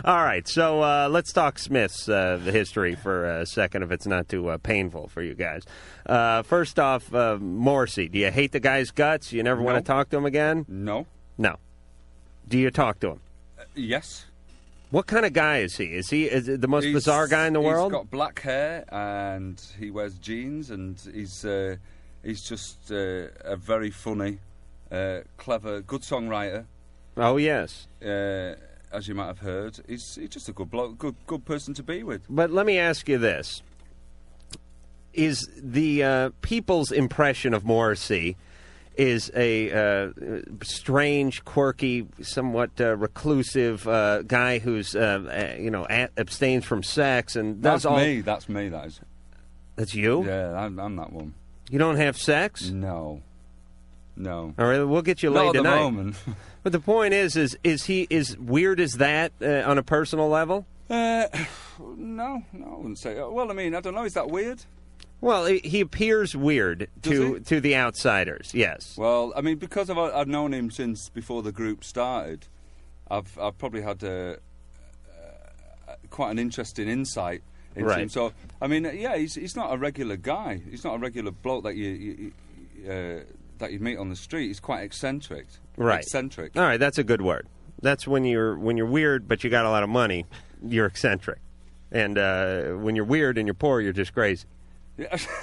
All right. So uh, let's talk Smith's uh, history for a second, if it's not too uh, painful for you guys. Uh, first off, uh, Morrissey. Do you hate the guy's guts? You never want to talk to him again?
No.
No. Do you talk to him?
uh, yes.
What kind of guy is he? Is he is it the most
He's-
bizarre guy in the world?
He's got black hair and he wears jeans and he's uh, he's just uh, a very funny, uh, clever, good songwriter.
oh yes.
Uh, as you might have heard, he's, he's just a good bloke, good good person to be with.
But let me ask you this: Is the uh, people's impression of Morrissey is a uh, strange, quirky, somewhat uh, reclusive uh, guy who's uh, uh, you know a- abstains from sex and does
That's
all?
me. That's me. That is.
That's you.
Yeah, I'm, I'm that one.
You don't have sex?
No. No.
All right, we'll get you
Not
laid
at the
tonight.
moment.
but the point is, is is he is weird as that uh, on a personal level?
Uh, no, no, I wouldn't say. uh, Well, I mean, I don't know. Is that weird?
Well, he he appears weird to to the outsiders. Yes.
Well, I mean, because I've, I've known him since before the group started, I've, I've probably had a, uh, quite an interesting insight into
Right.
him. So, I mean, uh, yeah, he's, he's not a regular guy. He's not a regular bloke that you, you, you, uh, that you meet on the street. He's quite eccentric.
Right.
Eccentric.
All right, that's a good word. That's when you're when you're weird, but you got a lot of money. You're eccentric, and uh, when you're weird and you're poor, you're just crazy.
That's,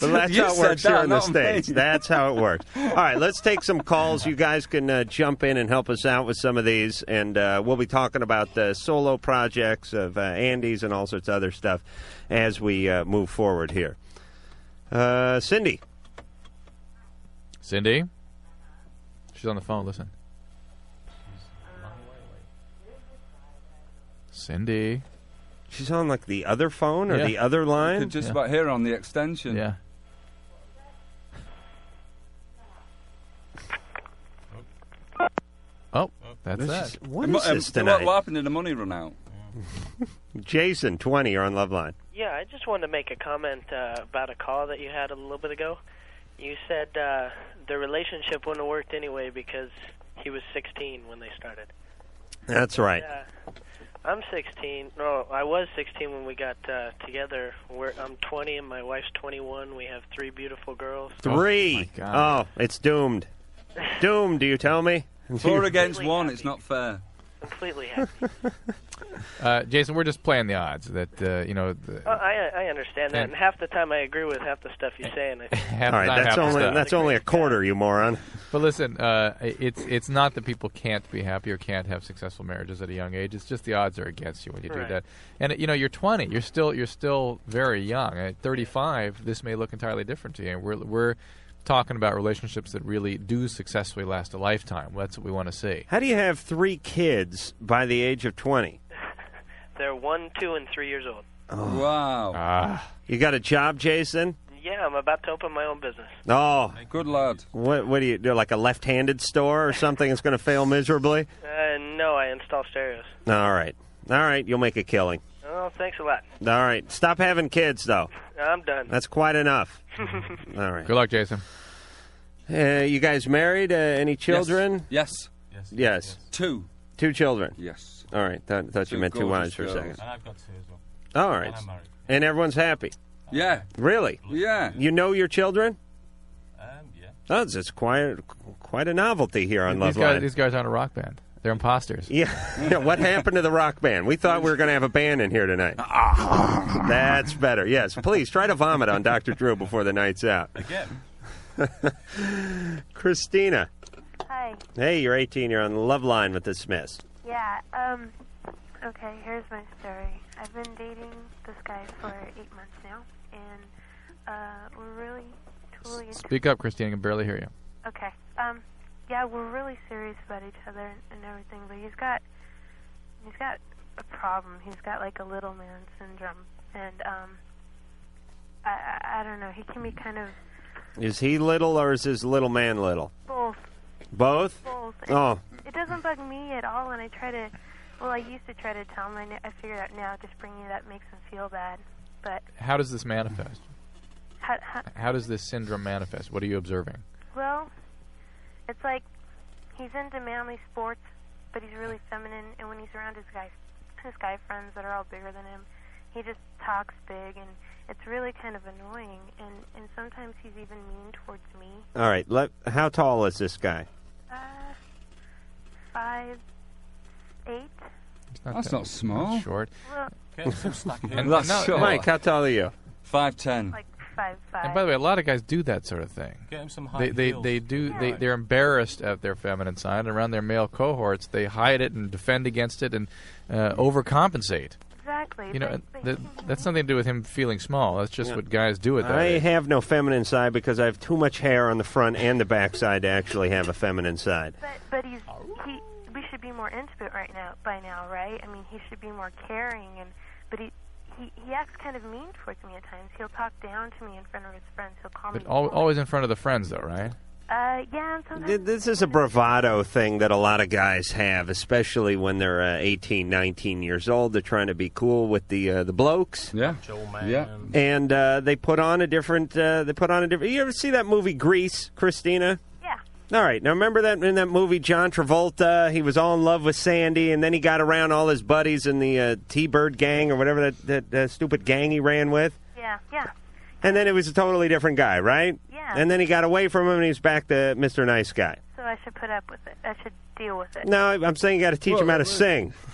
But that's how it works here in the States. That's how it works. All right, let's take some calls. You guys can uh, jump in and help us out with some of these. And uh, we'll be talking about uh, solo projects of uh, Andy's and all sorts of other stuff as we uh, move forward here. Uh, Cindy.
Cindy? She's on the phone. Listen. Cindy.
She's on like the other phone or
Yeah.
the other line?
Could just about hear her on the extension.
Yeah. Oh, that's
This
that.
is- what Mo- is um, this tonight? what- what happened in the money run out?
Jason, 20, you're on Loveline.
Yeah, I just wanted to make a comment uh, about a call that you had a little bit ago. You said uh, the relationship wouldn't have worked anyway because he was 16 when they started.
That's right.
Yeah. I'm 16. No, I was 16 when we got uh, together. We're, I'm 20 and my wife's 21. We have three beautiful girls.
Three. Oh,
my God.
it's doomed. Doomed, do you tell me?
Four against one, it's not fair.
Completely happy.
Uh, Jason, we're just playing the odds that, uh, you know, the,
Uh, I I understand that,
And-
and half the time I agree with half the stuff you say. And I
half
All right,
not
that's
half the
only
stuff.
that's only a quarter, you moron.
But listen, uh, it's it's not that people can't be happy or can't have successful marriages at a young age. It's just the odds are against you when you
Right.
do that. And you know, you're 20. You're still you're still very young. At 35, this may look entirely different to you. And we're we're talking about relationships that really do successfully last a lifetime. That's what we want to see.
How do you have three kids by the age of twenty?
they're one, two, and three years old.
Wow.
Oh. You got a job, Jason?
Yeah, I'm about to open my own business.
Oh,
good lad.
What what do you do? Like a left-handed store or something that's going to fail miserably?
Uh, no, I install stereos.
All right, all right, you'll make a killing.
Oh, thanks a lot.
All right, stop having kids though.
I'm done.
That's quite enough. All right. Good
luck, Jason.
Uh, you guys married? Uh, any children?
Yes.
Yes.
Two.
Two children.
Yes.
All right. Thought, thought you meant two wives
gorgeous
for a second.
girls.
And I've got two as well.
All right.
And I'm married.
And everyone's happy.
Yeah.
Really?
Yeah.
You know your children?
Um, yeah.
Oh, it's it's quite quite a novelty here on
these
Love
guys,
Line.
these guys aren't a rock band. They're imposters.
Yeah. Yeah, what happened to the rock band? We thought we were going to have a band in here tonight. That's better. Yes. Please try to vomit on Dr. Drew before the night's out.
Again.
Christina.
Hi.
Hey, you're 18. You're on the Love Line with the Smiths.
Yeah, um, okay, here's my story. I've been dating this guy for eight months now,
and uh, we're really totally.
Speak up, Christine. I can barely hear you.
Okay. Um. Yeah, we're really serious about each other and, and everything, but he's got he's got a problem. He's got like a little man syndrome, and um, I I, I don't know. He can be kind of
Is he little or is his little man little?
both.
Both?
Both. And
Oh,
It doesn't bug me at all, and I try to. Well, I used to try to tell him. I, kn- I figured out now just bringing it up makes him feel bad. But
How does this manifest?
how, how,
How does this syndrome manifest? What are you observing?
Well, it's like he's into manly sports, but he's really feminine. And when he's around his guy, his guy friends that are all bigger than him, he just talks big, and it's really kind of annoying. And and sometimes he's even mean towards me.
all right. Let, how tall is this guy?
Uh, five, eight.
That's not small.
short.
Well,
And-
that's
no,
short.
Mike,
how tall are you?
Five ten.
like five five.
And by the way, a lot of guys do that sort of thing.
Get him some
they
high
they,
heels.
they do they they're embarrassed at their feminine side and around their male cohorts. They hide it and defend against it and uh, overcompensate.
Exactly.
You know, and that, that's nothing to do with him feeling small. That's just what guys do at that.
I
age.
have no feminine side because I have too much hair on the front and the back side to actually have a feminine side.
But but he's
Oh.
he. We should be more intimate right now. By now, right? I mean, he should be more caring. And but he he he acts kind of mean towards me at times. He'll talk down to me in front of his friends. He'll call
But
me.
al- always in front of the friends, though, right?
Uh, yeah, and sometimes
Th- This is a bravado thing that a lot of guys have, especially when they're uh, 18, 19 years old. They're trying to be cool with the uh, the blokes.
Yeah. Yeah.
And uh, they put on a different. Uh, they put on a different. You ever see that movie Grease, Christina?
Yeah.
All right. Now remember that in that movie, John Travolta, he was all in love with Sandy, and then he got around all his buddies in the uh, T-Bird gang or whatever that, that, that stupid gang he ran with.
yeah, yeah.
And then it was a totally different guy, right?
Yeah.
And then he got away from him, and he's back to Mr. Nice Guy.
So I should put up with it. I should deal with it.
No, I- I'm saying you got to teach him how to sing.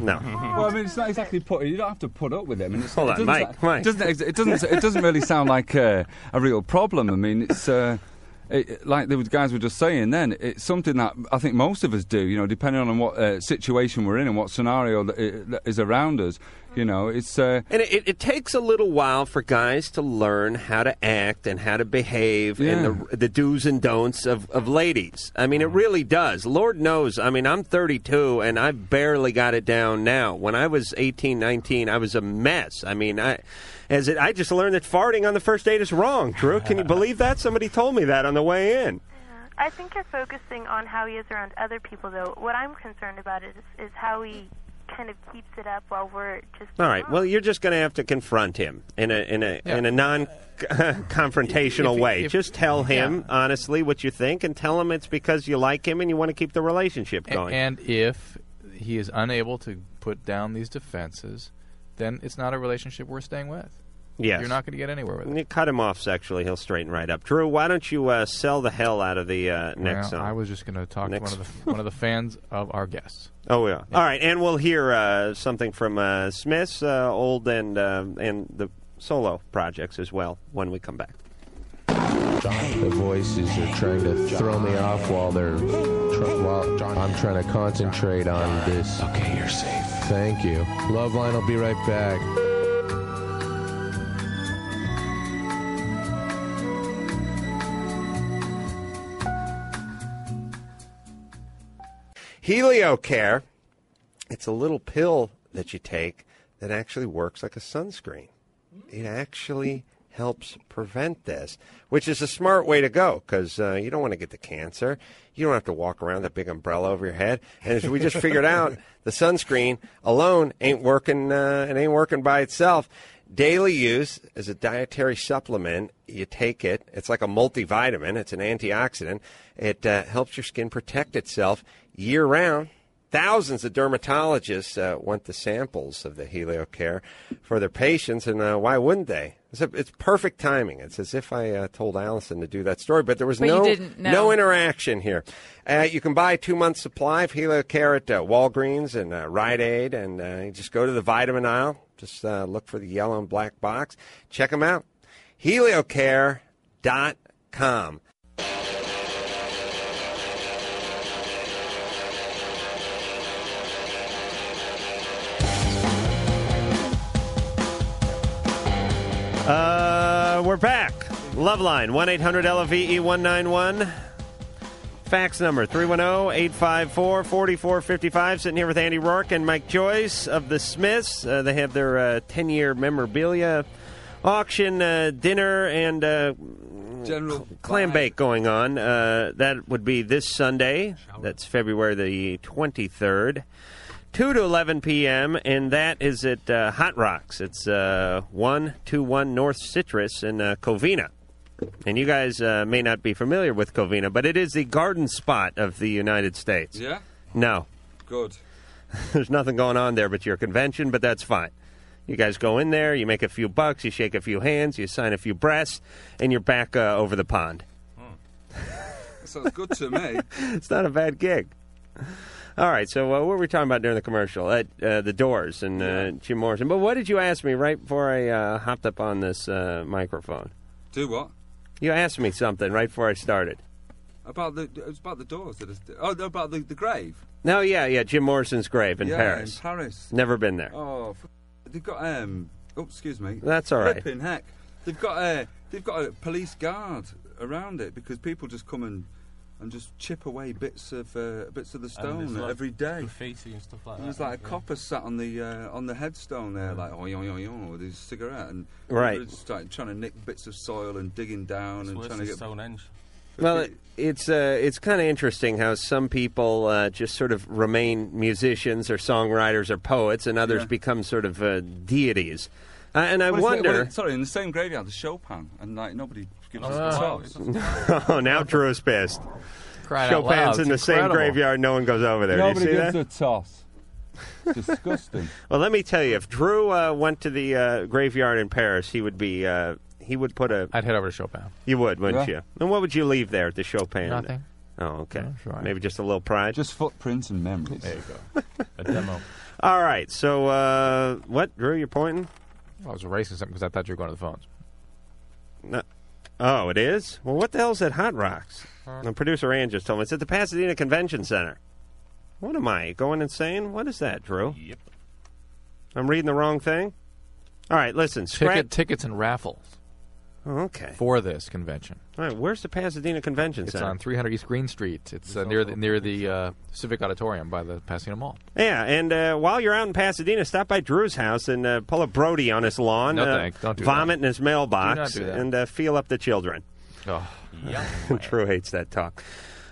No.
Well, I mean, it's not exactly put. You don't have to put up with it. I mean, it's,
Hold
it
on,
doesn't
Mike,
sa-
Mike.
Doesn't, ex- it doesn't. It doesn't really sound like uh, a real problem. I mean, it's uh, it, like the guys were just saying. Then it's something that I think most of us do. You know, depending on what uh, situation we're in and what scenario that, i that is around us. You know, it's. Uh,
And it, it takes a little while for guys to learn how to act and how to behave and the, the do's and don'ts of, of ladies. I mean, it really does. Lord knows. I mean, I'm 32 and I barely got it down now. When I was 18, 19, I was a mess. I mean, I. As it, I just learned that farting on the first date is wrong. Drew, can you believe that? Somebody told me that on the way in.
I think you're focusing on how he is around other people, though. What I'm concerned about is is how he kind of keeps it up while we're just
All right. Well, you're just going to have to confront him in a in a in a non confrontational
If he-
way.
if-
just tell him honestly what you think, and tell him it's because you like him and you want to keep the relationship
A-
going.
And if he is unable to put down these defenses, then it's not a relationship worth staying with.
Yes.
You're not going to get anywhere with it.
You cut him off sexually; he'll straighten right up. Drew, why don't you uh, sell the hell out of the uh, next
Well,
song?
I was just going to talk
Next.
to one of the one of the fans of our guests.
Oh yeah. All right, and we'll hear uh, something from uh, Smith's uh, old and uh, and the solo projects as well when we come back.
The voices are trying to throw me off while they're tr- while I'm trying to concentrate on this. Okay, you're safe. Thank you. Loveline will be right back.
HelioCare. It's a little pill that you take that actually works like a sunscreen. It actually helps prevent this, which is a smart way to go because uh, you don't want to get the cancer. You don't have to walk around with a big umbrella over your head. And as we just figured out, the sunscreen alone ain't working. Uh, it ain't working by itself. Daily use is a dietary supplement. You take it. It's like a multivitamin. It's an antioxidant. It uh, helps your skin protect itself year round. Thousands of dermatologists uh, want the samples of the HelioCare for their patients, and uh, why wouldn't they? It's, a, it's perfect timing. It's as if I uh, told Allison to do that story, but there was
But you
no
didn't, no.
interaction here. Uh, you can buy two months supply of HelioCare at uh, Walgreens and uh, Rite Aid, and uh, you just go to the vitamin aisle. Just uh, look for the yellow and black box. Check them out. HelioCare.com. Uh, uh, we're back. Loveline, 1 800 LVE 191. Fax number oh, 310 854 4455. Sitting here with Andy Rourke and Mike Joyce of the Smiths. Uh, they have their 10 year memorabilia auction, uh, dinner, and uh,
General
clam bake going on. Uh, that would be this Sunday. That's February the 23rd. 2 to 11 p.m., and that is at uh, Hot Rocks. It's uh, 121 North Citrus in uh, Covina. And you guys uh, may not be familiar with Covina, but it is the garden spot of the United States.
Yeah?
No.
Good.
There's nothing going on there but your convention, but that's fine. You guys go in there, you make a few bucks, you shake a few hands, you sign a few breaths, and you're back uh, over the pond.
Sounds good to me.
it's not a bad gig. All right, so uh, what were we talking about during the commercial? At uh, the Doors and uh, Jim Morrison. But what did you ask me right before I uh, hopped up on this uh, microphone?
Do what?
You asked me something right before I started.
About the it was about the doors. That is, oh, no, about the, the grave.
No, yeah, yeah, Jim Morrison's grave in
yeah,
Paris.
In Paris.
Never been there.
Oh, f- they've got um. Oh, excuse me.
That's all right.
Flipping heck, they've got a they've got a police guard around it because people just come and and just chip away bits of uh, bits of the
there's,
stone
like,
every day.
graffiti and stuff like
There's
that,
like a
yeah. Mm.
copper sat on the uh, on the headstone there, like oh yo yo yo, with his cigarette and
Right.
people Just like, trying to nick bits of soil and digging down and
worse
trying to
than
get
Stonehenge.
Well, it, it's uh, it's kind of interesting how some people uh, just sort of remain musicians or songwriters or poets, and others
Yeah.
become sort of uh, deities. Uh, and I
Well, it's like- well,
wonder.
it- sorry, in the same graveyard, there's Chopin, and like nobody gives us
Oh.
the tops.
oh, now Drew is pissed.
Cried out
Chopin's
loud.
in the
It's
same
incredible.
graveyard. No one goes over there. Do you
Nobody
see
gives
that?
a toss. Disgusting.
Well, let me tell you, if Drew uh, went to the uh, graveyard in Paris, he would be. Uh, he would put a.
I'd head over to Chopin.
You would, wouldn't
Yeah.
you? And what would you leave there at the Chopin?
Nothing.
Oh, okay. Maybe just a little pride.
Just footprints and memories. There
you go. A demo.
All right. So, uh, what, Drew? You're pointing?
I was erasing something because I thought you were going to the phones.
No. Oh, it is? Well, what the hell's at Hot Rocks? The producer Ann just told me. It's at the Pasadena Convention Center. What am I, going insane? What is that, Drew? Yep. I'm reading the wrong thing? All right, listen. Scratch.
Ticket, tickets and raffles Oh,
Okay.
for this convention.
All right, where's the Pasadena Convention
It's
Center?
on 300 East Green Street. It's uh, near the, near the uh, Civic Auditorium by the Pasadena Mall.
Yeah, and uh, while you're out in Pasadena, stop by Drew's house and uh, pull a Brody on his lawn.
No,
uh,
thanks. Don't do
Vomit in his mailbox
Do not do that.
and uh, feel up the children.
Oh,
Drew hates that talk.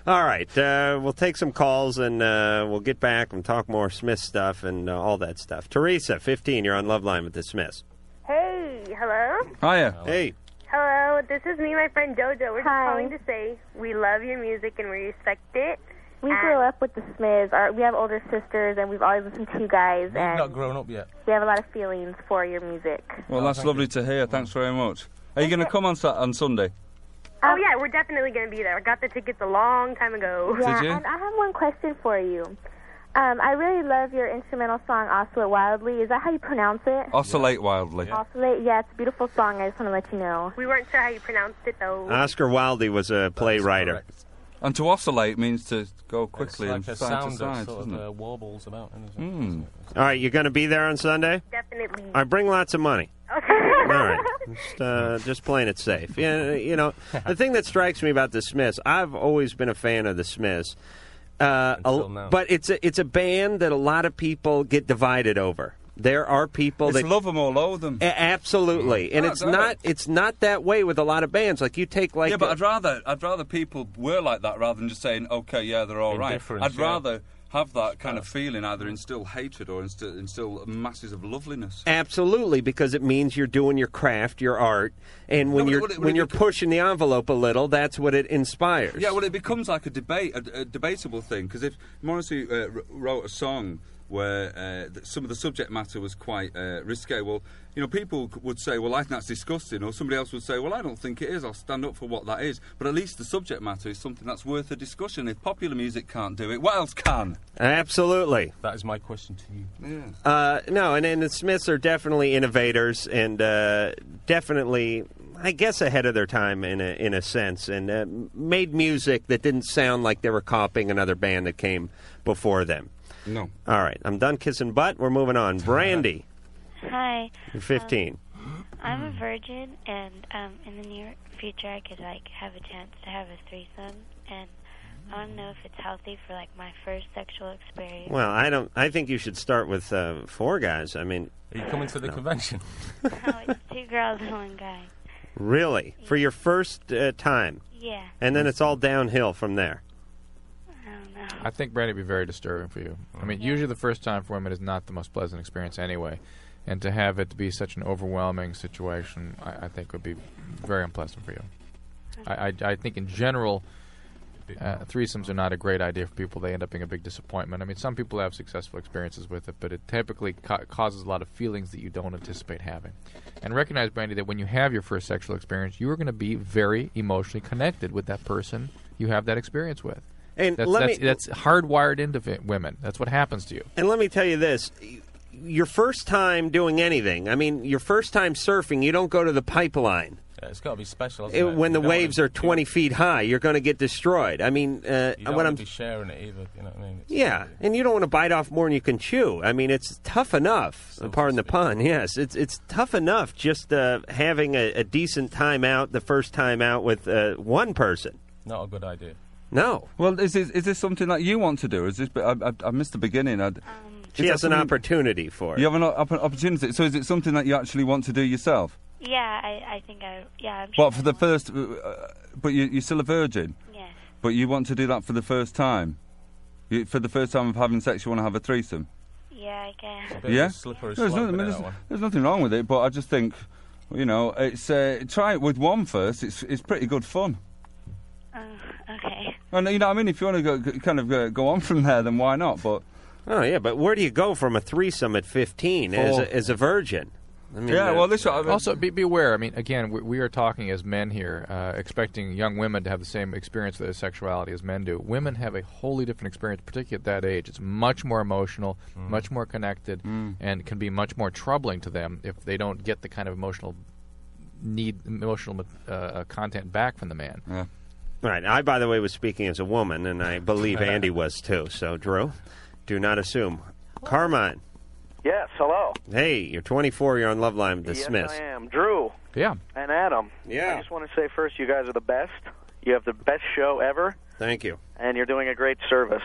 All right, uh, we'll take some calls and uh, we'll get back and talk more Smith stuff and uh, all that stuff. Teresa, 15, you're on Love Line with the Smiths.
Hey, hello.
Hiya.
Hey.
Hello, this is me, and my friend Jojo. We're
Hi.
just calling to say we love your music and we respect it.
We grew up with the Smiths. Our, we have older sisters, and we've always listened to you guys,
We've
and
not
grown up yet.
we have a lot of feelings for your music.
Well, that's lovely to hear. Thanks very much. Are you going to come on Sat- on Sunday?
oh
Um,
yeah, we're definitely gonna be there. I got the tickets a long time ago.
Yeah,
you?
and I have one question for you. Um, I really love your instrumental song "Oscillate Wildly." Is that how you pronounce it?
Oscillate wildly.
Oscillate. Yeah, it's a beautiful song. I just want to let you know.
We weren't sure how you pronounced it
Uh,
though.
Oscar Wilde was a playwright.
And to oscillate means to go quickly
Like
and
a
side to
sound that
side,
sort
doesn't
of
it?
uh, warbles about. isn't it?
Mm.
All right, you're going to be there on Sunday?
Definitely.
I bring lots of money.
Okay.
All right, just, uh, just playing it safe. Yeah, you know, the thing that strikes me about the Smiths, I've always been a fan of the Smiths, uh, a-
now.
but it's a it's a band that a lot of people get divided over. There are people
It's
that
love 'em or loathe 'em.
absolutely, and
Oh,
it's
don't
not
it?
it's not that way with a lot of bands. Like you take like
yeah, but
a-
I'd rather I'd rather people were like that rather than just saying, okay, yeah, they're all right.
Indifference,
I'd
yeah.
rather have that kind of feeling, either instill hatred or instill, instill masses of loveliness.
Absolutely, because it means you're doing your craft, your art, and when you're when you're pushing the envelope a little, that's what it inspires.
Yeah, well, it becomes like a debate, a, a debatable thing. Because if Morrissey uh, wr- wrote a song where uh, th- some of the subject matter was quite uh, risque, well, you know, people c- would say, "Well, I think that's disgusting," or somebody else would say, "Well, I don't think it is. I'll stand up for what that is." But at least the subject matter is something that's worth a discussion. If popular music can't do it, what else can?
Absolutely.
That is my question to you. Yeah.
Uh, no, and, and the Smiths are definitely innovators and uh, definitely, I guess, ahead of their time in a, in a sense, and uh, made music that didn't sound like they were copying another band that came before them.
No.
All right, I'm done kissing butt. We're moving on. Brandy,
Hi. Um,
you're 15.
I'm a virgin, and um, in the near future, I could like have a chance to have a threesome, and I want to know if it's healthy for like my first sexual experience.
Well, I don't. I think you should start with uh, four guys. I mean,
Are you coming to the
No.
convention?
no, it's two girls and one guy.
Really, for your first uh, time.
Yeah.
And then it's all downhill from there.
I think Brad, it'd be very disturbing for you. I mean, usually the first time for women is not the most pleasant experience anyway, and to have it be such an overwhelming situation, I, I think would be very unpleasant for you. I, I, I think in general, uh, threesomes are not a great idea for people. They end up being a big disappointment. I mean, some people have successful experiences with it, but it typically ca- causes a lot of feelings that you don't anticipate having. And recognize, Brandy, that when you have your first sexual experience, you are going to be very emotionally connected with that person you have that experience with.
And
that's,
let
that's,
me-
that's hardwired into vi- women. That's what happens to you.
And let me tell you this. y- Your first time doing anything, I mean, your first time surfing, you don't go to the pipeline.
Yeah, it's got to be special.
It-
hasn't it?
when
You
the
don't wanna-
waves are 20 feet high, you're going to get destroyed. I mean, uh,
you don't
what
wanna
I'm
be sharing it either. You know what I mean? It's-
Yeah, and you don't want to bite off more than you can chew. I mean, it's tough enough. pardon the pun. Yes, it's it's tough enough just uh, having a, a decent time out the first time out with uh, one person.
Not a good idea.
No.
Well, is this, is this something that you want to do? Is this? I, I, I missed the beginning. I'd,
She has an opportunity for it.
You have an op- opportunity. So is it something that you actually want to do yourself?
Yeah, I, I think I yeah I'm
What for the first? Uh, but you, you're still a virgin.
Yes.
But you want to do that for the first time. You, for the first time of having sex, you want to have a threesome.
yeah I can.
yeah.
slippery
there's,
slope, isn't
nothing,
it,
there's,
that one?
there's nothing wrong with it, but I just think, you know, it's uh, try it with one first. It's it's pretty good fun.
Oh, okay.
And you know, what I mean, if you want to go, g- kind of go, go on from there, then why not? But
Oh yeah, but where do you go from a threesome at 15 as
Four.
a, as a virgin? I mean, uh,
also be, beware. I mean, again, we, we are talking as men here, uh, expecting young women to have the same experience with their sexuality as men do. Women have a wholly different experience, particularly at that age. It's much more emotional,
Mm.
much more connected, and can be much more troubling to them if they don't get the kind of emotional need, emotional uh, uh, content back from the man.
Right. I, by the way, was speaking as a woman, and I believe Andy was too. So, Drew, do not assume. Carmine,
Yes, hello.
hey, you're 24. You're on Love Line with the
yes,
Smiths.
I am. Drew
Yeah.
and Adam.
Yeah.
I just want to say first, you guys are the best. You have the best show ever,
Thank you.
and you're doing a great service.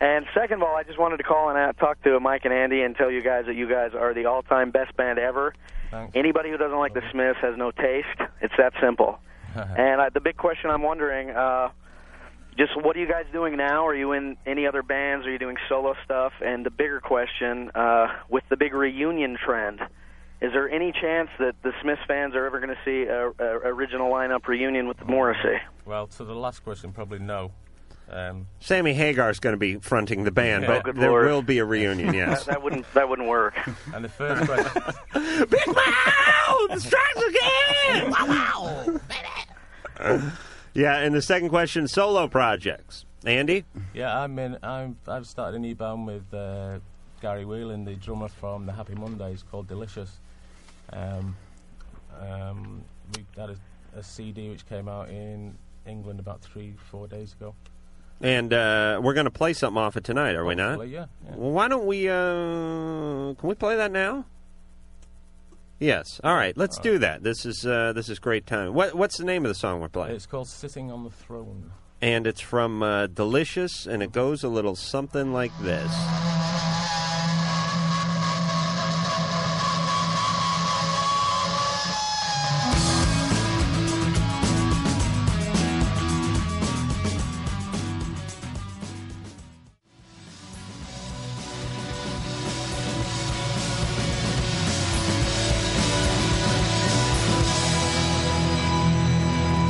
And second of all, I just wanted to call and uh, talk to Mike and Andy and tell you guys that you guys are the all-time best band ever. Anybody who doesn't like the Smiths has no taste. It's that simple. And I, the big question I'm wondering, uh, just what are you guys doing now? Are you in any other bands? Are you doing solo stuff? And the bigger question, uh, with the big reunion trend, is there any chance that the Smiths fans are ever going to see a, a original lineup reunion with the Morrissey?
Well, to the last question, probably no. Um,
Sammy Hagar's going to be fronting the band,
Yeah. Oh,
but
good
there
Lord.
will be a reunion. Yes.
that, that wouldn't that wouldn't work.
and the first question.
Oh, the strikes again! Wow! yeah. And the second question: solo projects. Andy.
Yeah, I'm in. I'm. I've started a new band with uh, Gary Whelan, the drummer from the Happy Mondays, called Delicious. Um, um, we had a, a CD which came out in England about three, four days ago.
And uh, we're going to play something off it tonight, are we not?
Hopefully, yeah, yeah.
Well, why don't we? Uh, can we play that now? Yes. All right. Let's do that. This is uh, this is great time. What What's the name of the song we're playing?
It's called Sitting on the Throne.
and it's from uh, Delicious, and it goes a little something like this.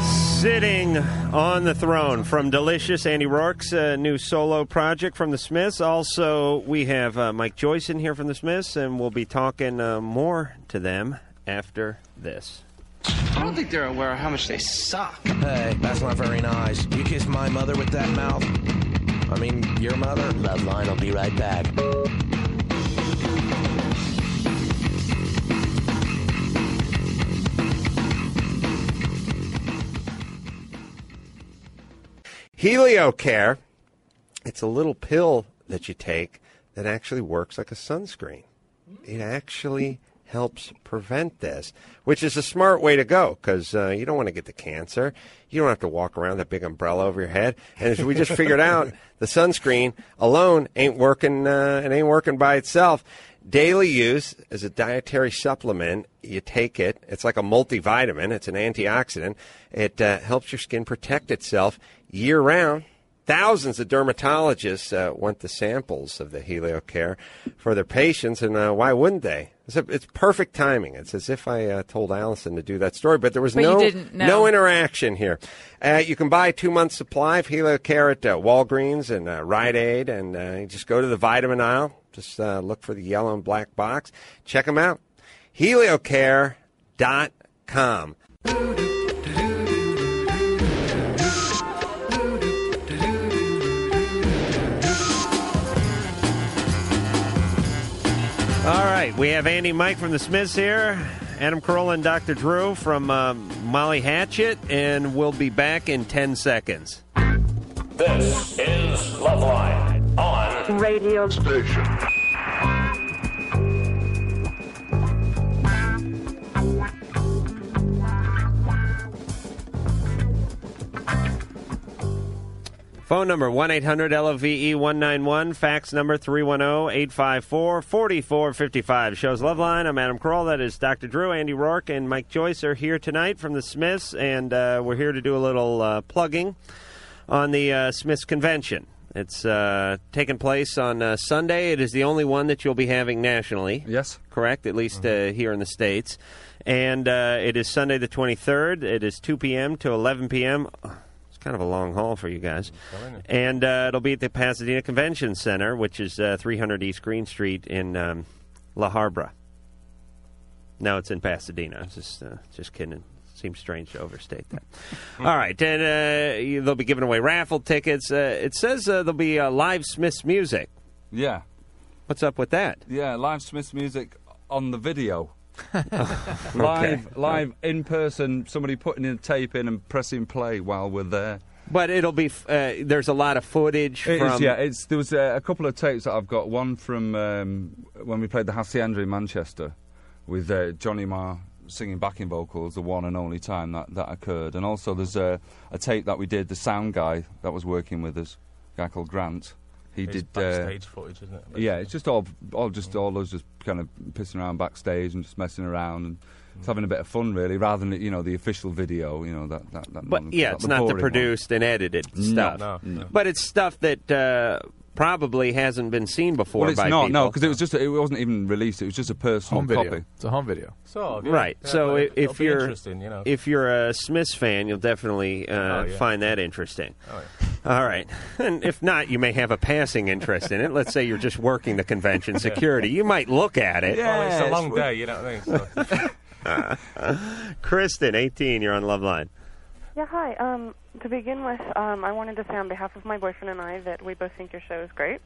Sitting on the throne from Delicious, Andy Rourke's uh, new solo project from the Smiths. Also, we have uh, Mike Joyce in here from the Smiths, and we'll be talking uh, more to them after this.
I don't think they're aware of how much they suck.
Hey, that's not very nice. You kissed my mother with that mouth. I mean, your mother. Love line will be right back.
HelioCare. It's a little pill that you take that actually works like a sunscreen. It actually
helps prevent this, which is a smart way to go because uh, you don't want to get the cancer. You don't have to walk around with a big umbrella over your head. And as we just figured out, the sunscreen alone ain't working. Uh, it ain't working by itself. Daily use as a dietary supplement. You take it. It's like a multivitamin. It's an antioxidant. It uh, helps your skin protect itself year round. Thousands of dermatologists uh, want the samples of the HelioCare for their patients, and uh, why wouldn't they? It's, a, it's perfect timing. It's as if I uh, told Allison to do that story, but there was
But you
no,
didn't, no.
interaction here. Uh, you can buy two months' supply of HelioCare at uh, Walgreens and uh, Rite Aid, and uh, you just go to the vitamin aisle. Just uh, look for the yellow and black box. Check them out. HelioCare.com.
All right, we have Andy Mike from the Smiths here, Adam Carolla and Dr. Drew from um, Molly Hatchet, and we'll be back in 10 seconds.
This is Loveline on radio station.
Phone number 1 800 LOVE 191, fax number 310 854 4455. Shows Loveline. I'm Adam Kroll. That is Dr. Drew, Andy Rourke, and Mike Joyce are here tonight from the Smiths, and uh, we're here to do a little uh, plugging on the uh, Smiths convention. It's uh, taking place on uh, Sunday. It is the only one that you'll be having nationally.
Yes.
Correct, at least uh, here in the States. And uh, it is Sunday the 23rd. It is 2 p.m. to 11 p.m. It's kind of a long haul for you guys. And uh, it'll be at the Pasadena Convention Center, which is uh, 300 East Green Street in um, La Habra. No, it's in Pasadena. I'm just, uh, just kidding. Seems strange to overstate that.
Hmm.
All right, and uh, you- they'll be giving away raffle tickets. Uh, it says uh, there'll be uh, live Smiths music.
Yeah.
What's up with that?
Yeah, live Smith's music on the video. live,
Okay.
live in person. Somebody putting in tape in and pressing play while we're there.
But it'll be. f- Uh, there's a lot of footage
It is,
from.
yeah. It's there was uh, a couple of tapes that I've got. One from um, when we played the Hacienda in Manchester with uh, Johnny Marr singing backing vocals, the one and only time that that occurred. And also there's uh, a tape that we did. The sound guy that was working with us, a guy called Grant. He
It's
did
backstage
uh,
footage, isn't it?
Yeah, it's just all, all just all those just kind of pissing around backstage and just messing around and.
Mm.
Just having a bit of fun, really, rather than you know the official video, you know that that. that
But
non-
yeah,
that-
it's not the
boring one.
produced and edited
No,
stuff.
no, no.
But it's stuff that uh, probably hasn't been seen before
Well, it's
by
not
people.
no, because it was just it wasn't even released. It was just a personal
Home video.
copy.
It's a home video.
So, yeah,
right.
yeah,
so
but
if,
it'll
if
be
you're
interesting, you know.
if you're a Smiths fan, you'll definitely uh,
Oh, yeah.
find that interesting.
Oh,
All right, and if not, you may have a passing interest in it. Let's say you're just working the convention security, you might look at it.
Well, it's a long
we-
day, you know what I mean? So.
Kristen, 18, you're on Love Line.
Yeah, hi. Um, to begin with, um, I wanted to say on behalf of my boyfriend and I that we both think your show is great.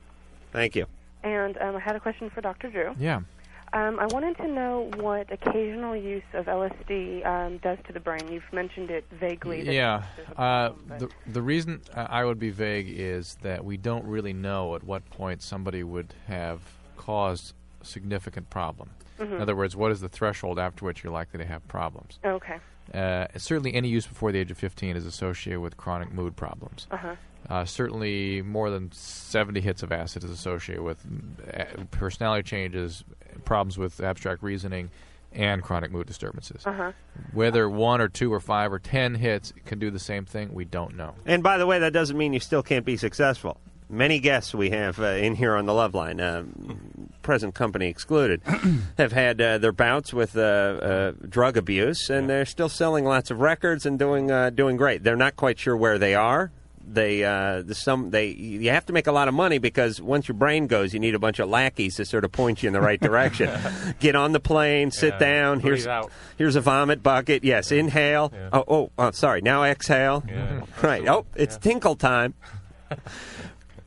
Thank you.
And um, I had a question for Dr. Drew.
Yeah.
Um, I wanted to know what occasional use of LSD um, does to the brain. You've mentioned it vaguely. that-
Yeah. Uh, the, the reason I I would be vague is that we don't really know at what point somebody would have caused a significant problem.
Mhm.
In other words, what is the threshold after which you're likely to have problems?
Okay.
Uh, certainly, any use before the age of 15 is associated with chronic mood problems.
Uh-huh.
Uh, certainly, more than 70 hits of acid is associated with uh, personality changes, problems with abstract reasoning, and chronic mood disturbances.
Uh-huh.
Whether one or two or five or 10 hits can do the same thing, we don't know.
And by the way, that doesn't mean you still can't be successful. Many guests we have uh, in here on the Love Line, uh, present company excluded, have had uh, their bouts with uh, uh, drug abuse, and they're still selling lots of records and doing uh, doing great. They're not quite sure where they are. They uh, the some they you have to make a lot of money because once your brain goes, you need a bunch of lackeys to sort of point you in the right direction. Get on the plane, sit
Yeah,
down.
breathe
Here's
out.
here's a vomit bucket. Yes, inhale. Oh, oh, oh, sorry. Now exhale. Right. Oh, it's tinkle time.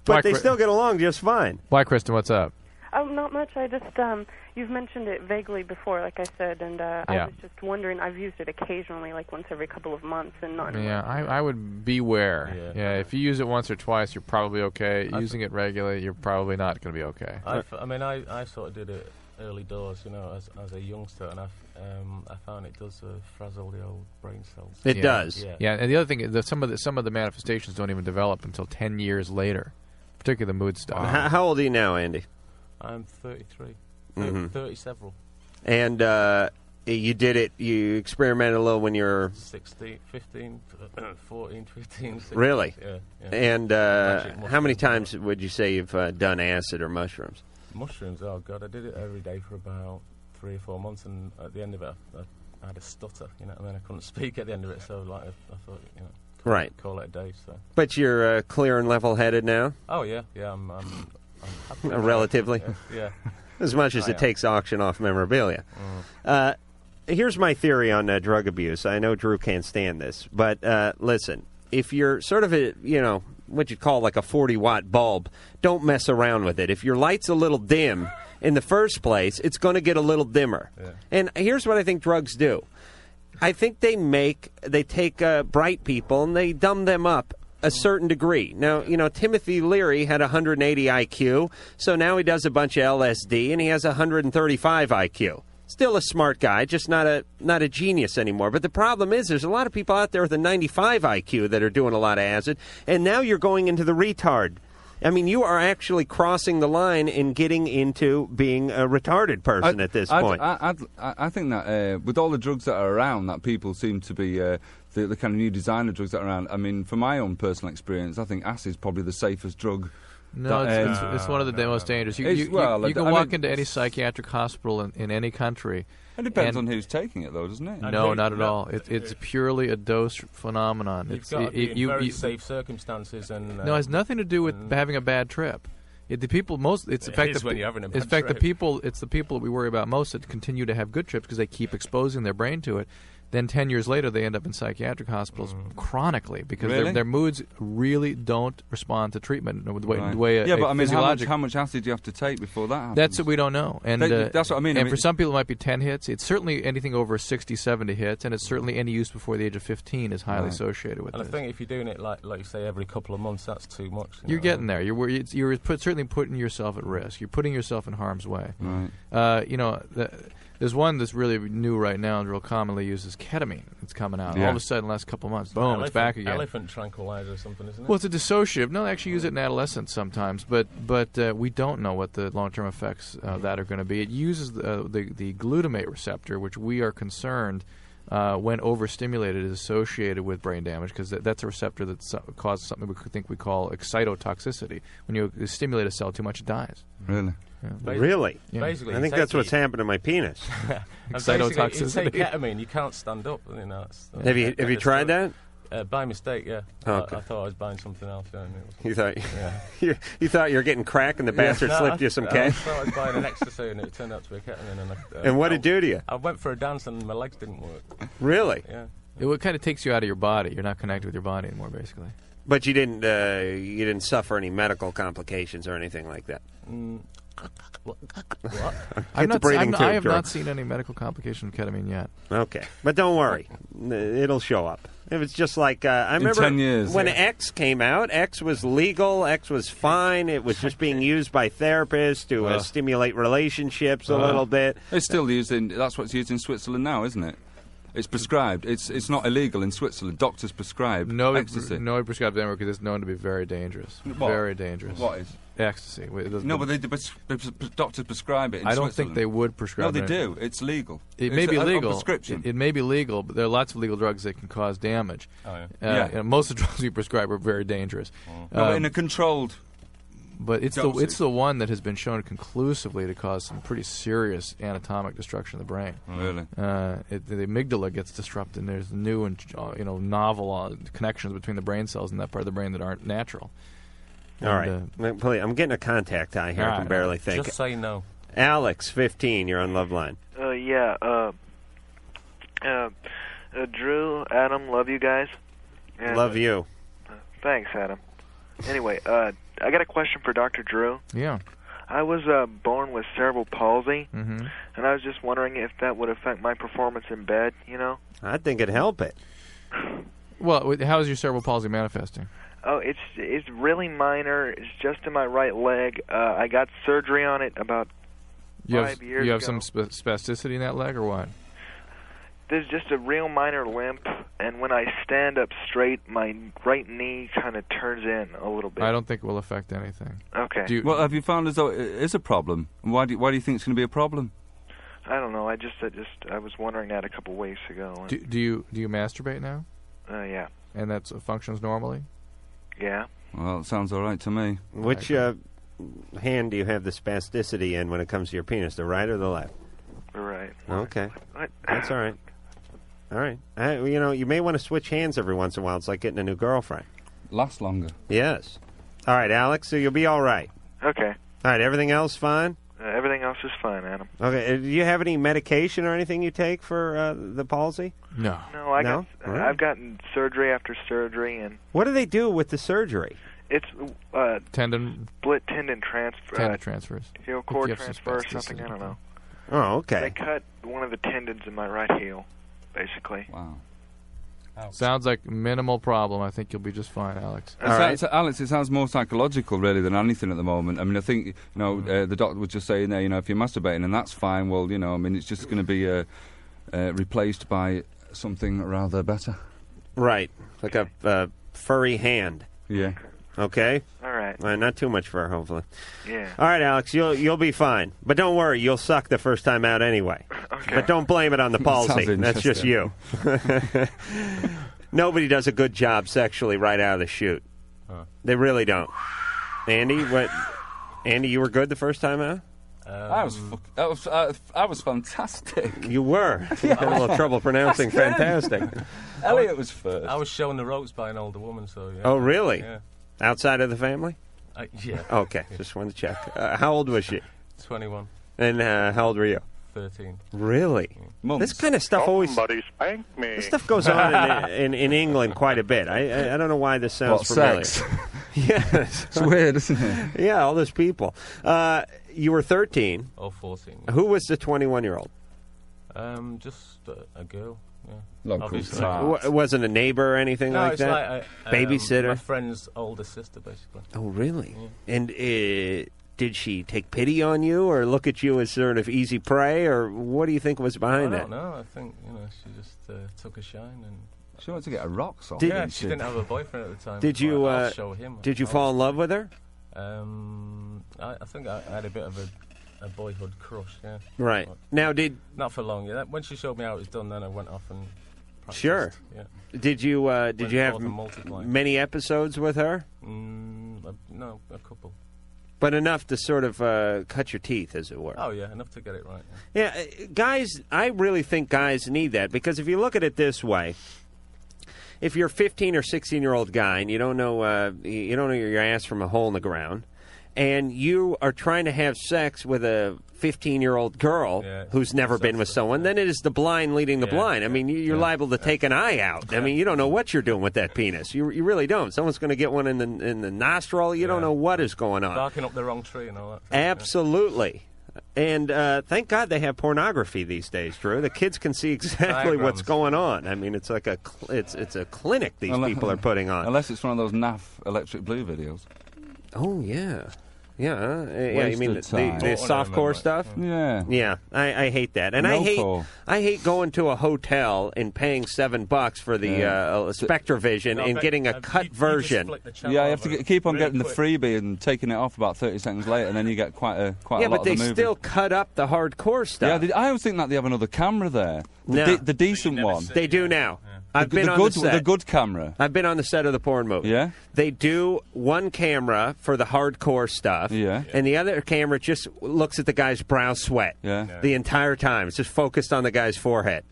but
Mike,
they
re-
still get along just fine.
Why, Kristen, what's up?
Oh, not much. I just um, you've mentioned it vaguely before, like I said, and uh,
Yeah.
I was just wondering. I've used it occasionally, like once every couple of months, and not.
Yeah, I, I would beware. Yeah. if you use it once or twice, you're probably okay. Using it regularly, you're probably not going to be okay.
I, f- I mean, I, I sort of did it early doors, you know, as, as a youngster, and I, f- um, I found it does uh, frazzle the old brain cells.
Yeah. Yeah. and the other thing, is that some of the some of the manifestations don't even develop until ten years later, particularly the mood stuff.
How, how old are you now, Andy?
I'm 33,
Mhm.
30 several,
And uh, you did it. You experimented a little when you were
16, 15, 14, 15, 16.
really.
Yeah. yeah.
And
Magic
uh,
mushrooms.
how many times would you say you've uh, done acid or mushrooms?
Mushrooms, oh god, I did it every day for about three or four months, and at the end of it, I, I had a stutter, you know, and then I couldn't speak at the end of it, so like I, I thought, you know, call,
Right.
call it a day. So,
But you're uh, clear and level-headed now,
oh yeah, yeah, I'm, I'm, I'm happy.
Uh, relatively.
yeah,
as much as
I
it
am. Mm-hmm.
takes auction off memorabilia. Uh, here's my theory on uh, drug abuse. I know Drew can't stand this, but uh, listen, if you're sort of a, you know, what you'd call like a 40 watt bulb, don't mess around with it. If your light's a little dim in the first place, it's going to get a little dimmer. And here's what I think drugs do. I think they make they take uh, bright people and they dumb them up a certain degree. Now, you know, Timothy Leary had 180 IQ, so now he does a bunch of LSD and he has 135 IQ. Still a smart guy, just not a not a genius anymore. But the problem is, there's a lot of people out there with a 95 IQ that are doing a lot of acid, and now you're going into the retard. I mean, you are actually crossing the line and getting into being a retarded person
I-
at this
I'd-
point.
I, I'd- I, I think that uh, with all the drugs that are around, that people seem to be uh, the, the kind of new designer drugs that are around. I mean, from my own personal experience, I think acid is probably the safest drug.
No,
that,
it's,
uh,
it's, it's one of the most dangerous. You,
It's-
you, you-
well,
you
I
can
mean,
walk into any psychiatric hospital in, in any country.
It depends
and-
on who's taking it, though, doesn't it?
No, not at all. It, it's purely a dose phenomenon.
You've
it's,
got to
it-
be
it-
in
you-
very
you-
safe circumstances, and uh,
No, it has nothing to do with having a bad trip. It, the people most it's the
Mm. It
fact
is
that
when
pe-
you're having a
it's the
bad
fact the
trip.
people it's the people that we worry about most that continue to have good trips because they keep exposing their brain to it. Then ten years later, they end up in psychiatric hospitals
Mm.
chronically because
Really?
their, their moods really don't respond to treatment the way,
Right.
the way a-
yeah, but
a
I mean, how much,
physiologic-
how much acid do you have to take before that happens?
that's what we don't know, and
That-
uh,
that's what I mean. I
And
mean-
for some people, it might be ten hits. It's certainly anything over 60, 70 hits, and it's certainly any use before the age of fifteen is highly associated with
And
this.
I think if you're doing it like like you say every couple of months, that's too much. you
You're
know.
getting there. You're where it's- you're put, certainly putting yourself at risk. You're putting yourself in harm's way.
Right.
Uh, you know, the, there's one that's really new right now and real commonly used is ketamine. It's coming out all of
Yeah.
a sudden last couple of months. Boom, it's
Elephant-
back again.
Elephant tranquilizer or something, isn't it?
Well, it's a dissociative. No, they actually use it in adolescence sometimes, but but uh, we don't know what the long term effects
Mm-hmm.
of that are going to be. It uses the, uh, the the glutamate receptor, which we are concerned uh, when overstimulated is associated with brain damage because that, that's a receptor that so- causes something we could think we call excitotoxicity. When you stimulate a cell too much, it dies.
Really?
Yeah.
Really?
Yeah.
Basically,
I think
you
that's
take
what's
it-
happened to my penis.
And basically,
Excitotoxicity.
You take ketamine, you can't stand up. You know, that's, that's
Have you-
that-
have you
that's
tried
the- Uh, by mistake, yeah.
Oh,
I-
okay.
I, thought I was buying something else. Yeah, and it was-
You thought
Yeah.
you, you thought you were getting crack, and the bastard
No,
slipped
I-
you some
I
cash.
thought I was buying an ecstasy, and it turned out to be a ketamine. And, I, uh,
And what'd it
I-
do to you?
I went for a dance, and my legs didn't work.
Really?
Yeah.
It, it kind of takes you out of your body. You're not connected with your body anymore, basically.
But you didn't uh, you didn't suffer any medical complications or anything like that.
Mm. What?
Get the
I'm not,
breathing
I'm not-
tube,
I have
Jordan.
not seen any medical complication of ketamine yet.
Okay, but don't worry,
Uh,
N- it'll show up. It was just like uh, I
In
remember
10 years,
when
yeah.
X came out. X was legal. X was fine. It was just being used by therapists to uh,
Ugh.
stimulate relationships a
Uh,
little bit.
It's still used in. That's what's used in Switzerland now, isn't it? It's prescribed. It's it's not illegal in Switzerland. Doctors prescribe
Nobody,
ecstasy.
nobody prescribes anywhere because it's known to be very dangerous.
What?
Very dangerous.
What is?
Ecstasy. Wait, it doesn't-
No, but they, but doctors prescribe it. In
I don't
Switzerland.
think they would prescribe
No, they
it.
do. It's legal.
It
It's
may be
a- a
legal.
prescription.
It, it may be legal, but there are lots of legal drugs that can cause damage.
Oh, yeah.
Uh,
Yeah. Mm.
you know, most of the drugs we prescribe are very dangerous.
No, but in
Um,
a controlled.
but it's the
dosage.
it's the one that has been shown conclusively to cause some pretty serious anatomic destruction of the brain.
Mm. Really?
Uh, it, the amygdala gets disrupted. and There's new and uh, you know novel uh, connections between the brain cells and that part of the brain that aren't natural.
All right,
And, uh,
I'm- please, I'm getting a contact eye here. I
all
can
right.
barely think.
Just say no.
Alex, fifteen. You're on love line.
Uh, yeah. Uh, uh, uh, Drew, Adam, love you guys. And- uh,
Love you.
Thanks, Adam. Anyway, uh, I got a question for Dr. Drew.
Yeah.
I was uh, born with cerebral palsy,
Mm-hmm.
and I was just wondering if that would affect my performance in bed. You know?
I think it'd help it.
Well, wait, how is your cerebral palsy manifesting?
Oh, it's it's really minor. It's just in my right leg. Uh, I got surgery on it about
You have,
five years
you have
ago.
some sp- spasticity in that leg or what?
There's just a real minor limp, and when I stand up straight, my right knee kind of turns in a little bit.
I don't think it will affect anything.
Okay. Do you-
well, have you found as though it is a problem? And Why do you, why do you think it's going to be a problem?
I don't know. I just, I just, I was wondering that a couple weeks ago. and-
Do, do you do you masturbate now?
uh, yeah,
And that functions normally?
yeah.
Well, it sounds all right to me.
Which uh, hand do you have the spasticity in when it comes to your penis, the right or the left?
All right.
Okay.
What?
That's all right. All right. I, you know, you may want to switch hands every once in a while. It's like getting a new girlfriend.
Lasts longer.
Yes. All right, Alex. So you'll be all right.
Okay.
All right. Everything else fine?
Uh, everything else is fine, Adam.
Okay. uh, Do you have any medication or anything you take for uh, the palsy?
No.
No, I
No?
got,
All right.
I've gotten surgery after surgery, and
What do they do with the surgery?
it's uh,
Tendon
split tendon transfer,
Tendon
uh,
transfers.
heel
If
cord
you have some
transfer, or something.
spasticity.
I don't know.
Oh, okay.
They cut one of the tendons in my right heel, basically.
Wow.
Sounds like minimal problem. I think you'll be just fine, Alex.
It's- it's- Alex, it sounds more psychological really than anything at the moment. I mean, I think you know uh, the doctor was just saying there, you know, if you're masturbating and that's fine. Well, you know, I mean, it's just going to be uh, uh, replaced by something rather better.
Right. Like a uh, furry hand.
Yeah.
Okay.
All right.
All right, not too much fur, hopefully.
Yeah.
All right, Alex, you'll you'll be fine. But don't worry, you'll suck the first time out anyway.
Okay.
But don't blame it on the
Sounds
palsy. That's just you. Nobody does a good job sexually right out of the chute. They really don't. Andy, what? Andy, you were good the first time out.
I was, fuck- that was, uh, I was fantastic.
You were. Had a little trouble pronouncing
That's good.
fantastic.
Elliot was first.
I was shown the ropes by an older woman, so yeah.
Oh, really?
Yeah.
Outside of the family?
Uh, yeah.
Okay, just wanted to check. Uh, how old was she?
21,
And uh, how old were you?
13.
Really?
Mm.
This kind of stuff always.
Somebody
spank me. This stuff goes on in, in, in England quite a bit. I, I I don't know why this sounds
What,
familiar.
sex?
yes, it's
weird, isn't it?
Yeah, all those people. Uh, you were thirteen.
Oh, 14,
Who was the twenty-one-year-old?
Um, just uh, a girl. Yeah.
Local
Obviously.
W- it wasn't a neighbor or anything
no,
like
it's
that.
Like a, um,
Babysitter.
My friend's older sister, basically.
Oh, really? And uh, did she take pity on you, or look at you as sort of easy prey, or what do you think was
I
behind
don't
that?
know. I think you know she just uh, took a shine and.
She wanted to get a rock song.
Did-
yeah, she didn't have a boyfriend at the time.
Did
so
you?
I'll
Uh,
show him.
Did you
I
fall in love with her?
Um, I, I think I, I had a bit of a, a boyhood crush. Yeah.
Right. Now, did
Not for long. Yeah. That- When she showed me how it was done, then I went off and. Practiced.
Sure.
Yeah.
Did you uh, did
Went
you have
forth and
m-
multiplied.
many episodes with her?
Mm, a, no, a couple.
But enough to sort of uh, cut your teeth, as it were.
Oh yeah, enough to get it right. yeah.
Yeah, uh, guys, I really think guys need that because if you look at it this way, if you're a 15 or 16 year old guy and you don't know uh, you don't know your ass from a hole in the ground, and you are trying to have sex with a 15 year old girl who's never been with someone, then it is the blind leading the blind. I mean, you- you're liable to take an eye out. I mean, you don't know what you're doing with that penis. You, you really don't. Someone's going to get one in the in the nostril. You don't know what is going on.
Barking up the wrong tree and all that.
Absolutely. And uh, thank God they have pornography these days, Drew. The kids can see exactly what's
Diagrams.
going on. I mean, it's like a cl- it's it's a clinic these
Unle-
people are putting on.
Unless it's one of those naff electric blue videos.
Oh yeah, yeah, uh, yeah. You mean the,
Wasted
the, the
time. Don't wanna remember
softcore
it.
stuff?
Yeah,
yeah. I, I hate that, and I
No
hate
call.
I hate going to a hotel and paying seven bucks for the
Yeah.
uh, Spectrovision
No, I
and
bet-
uh,
getting a cut version.
Yeah, you have to get, keep on getting the freebie and taking it off about 30 seconds later, and then you get quite a quite
yeah,
a lot
but they
of the movie.
still cut up the hardcore stuff.
Yeah, they, I always think that they have another camera there. The,
No.
de- the decent one.
They do now. I've
The-
been
the
on
good,
the set.
the good camera.
I've been on the set of the porn movie. Yeah. They do one camera for the hardcore stuff. Yeah. And the other camera just looks at the guy's brow sweat.
Yeah.
The entire time. It's just focused on the guy's forehead.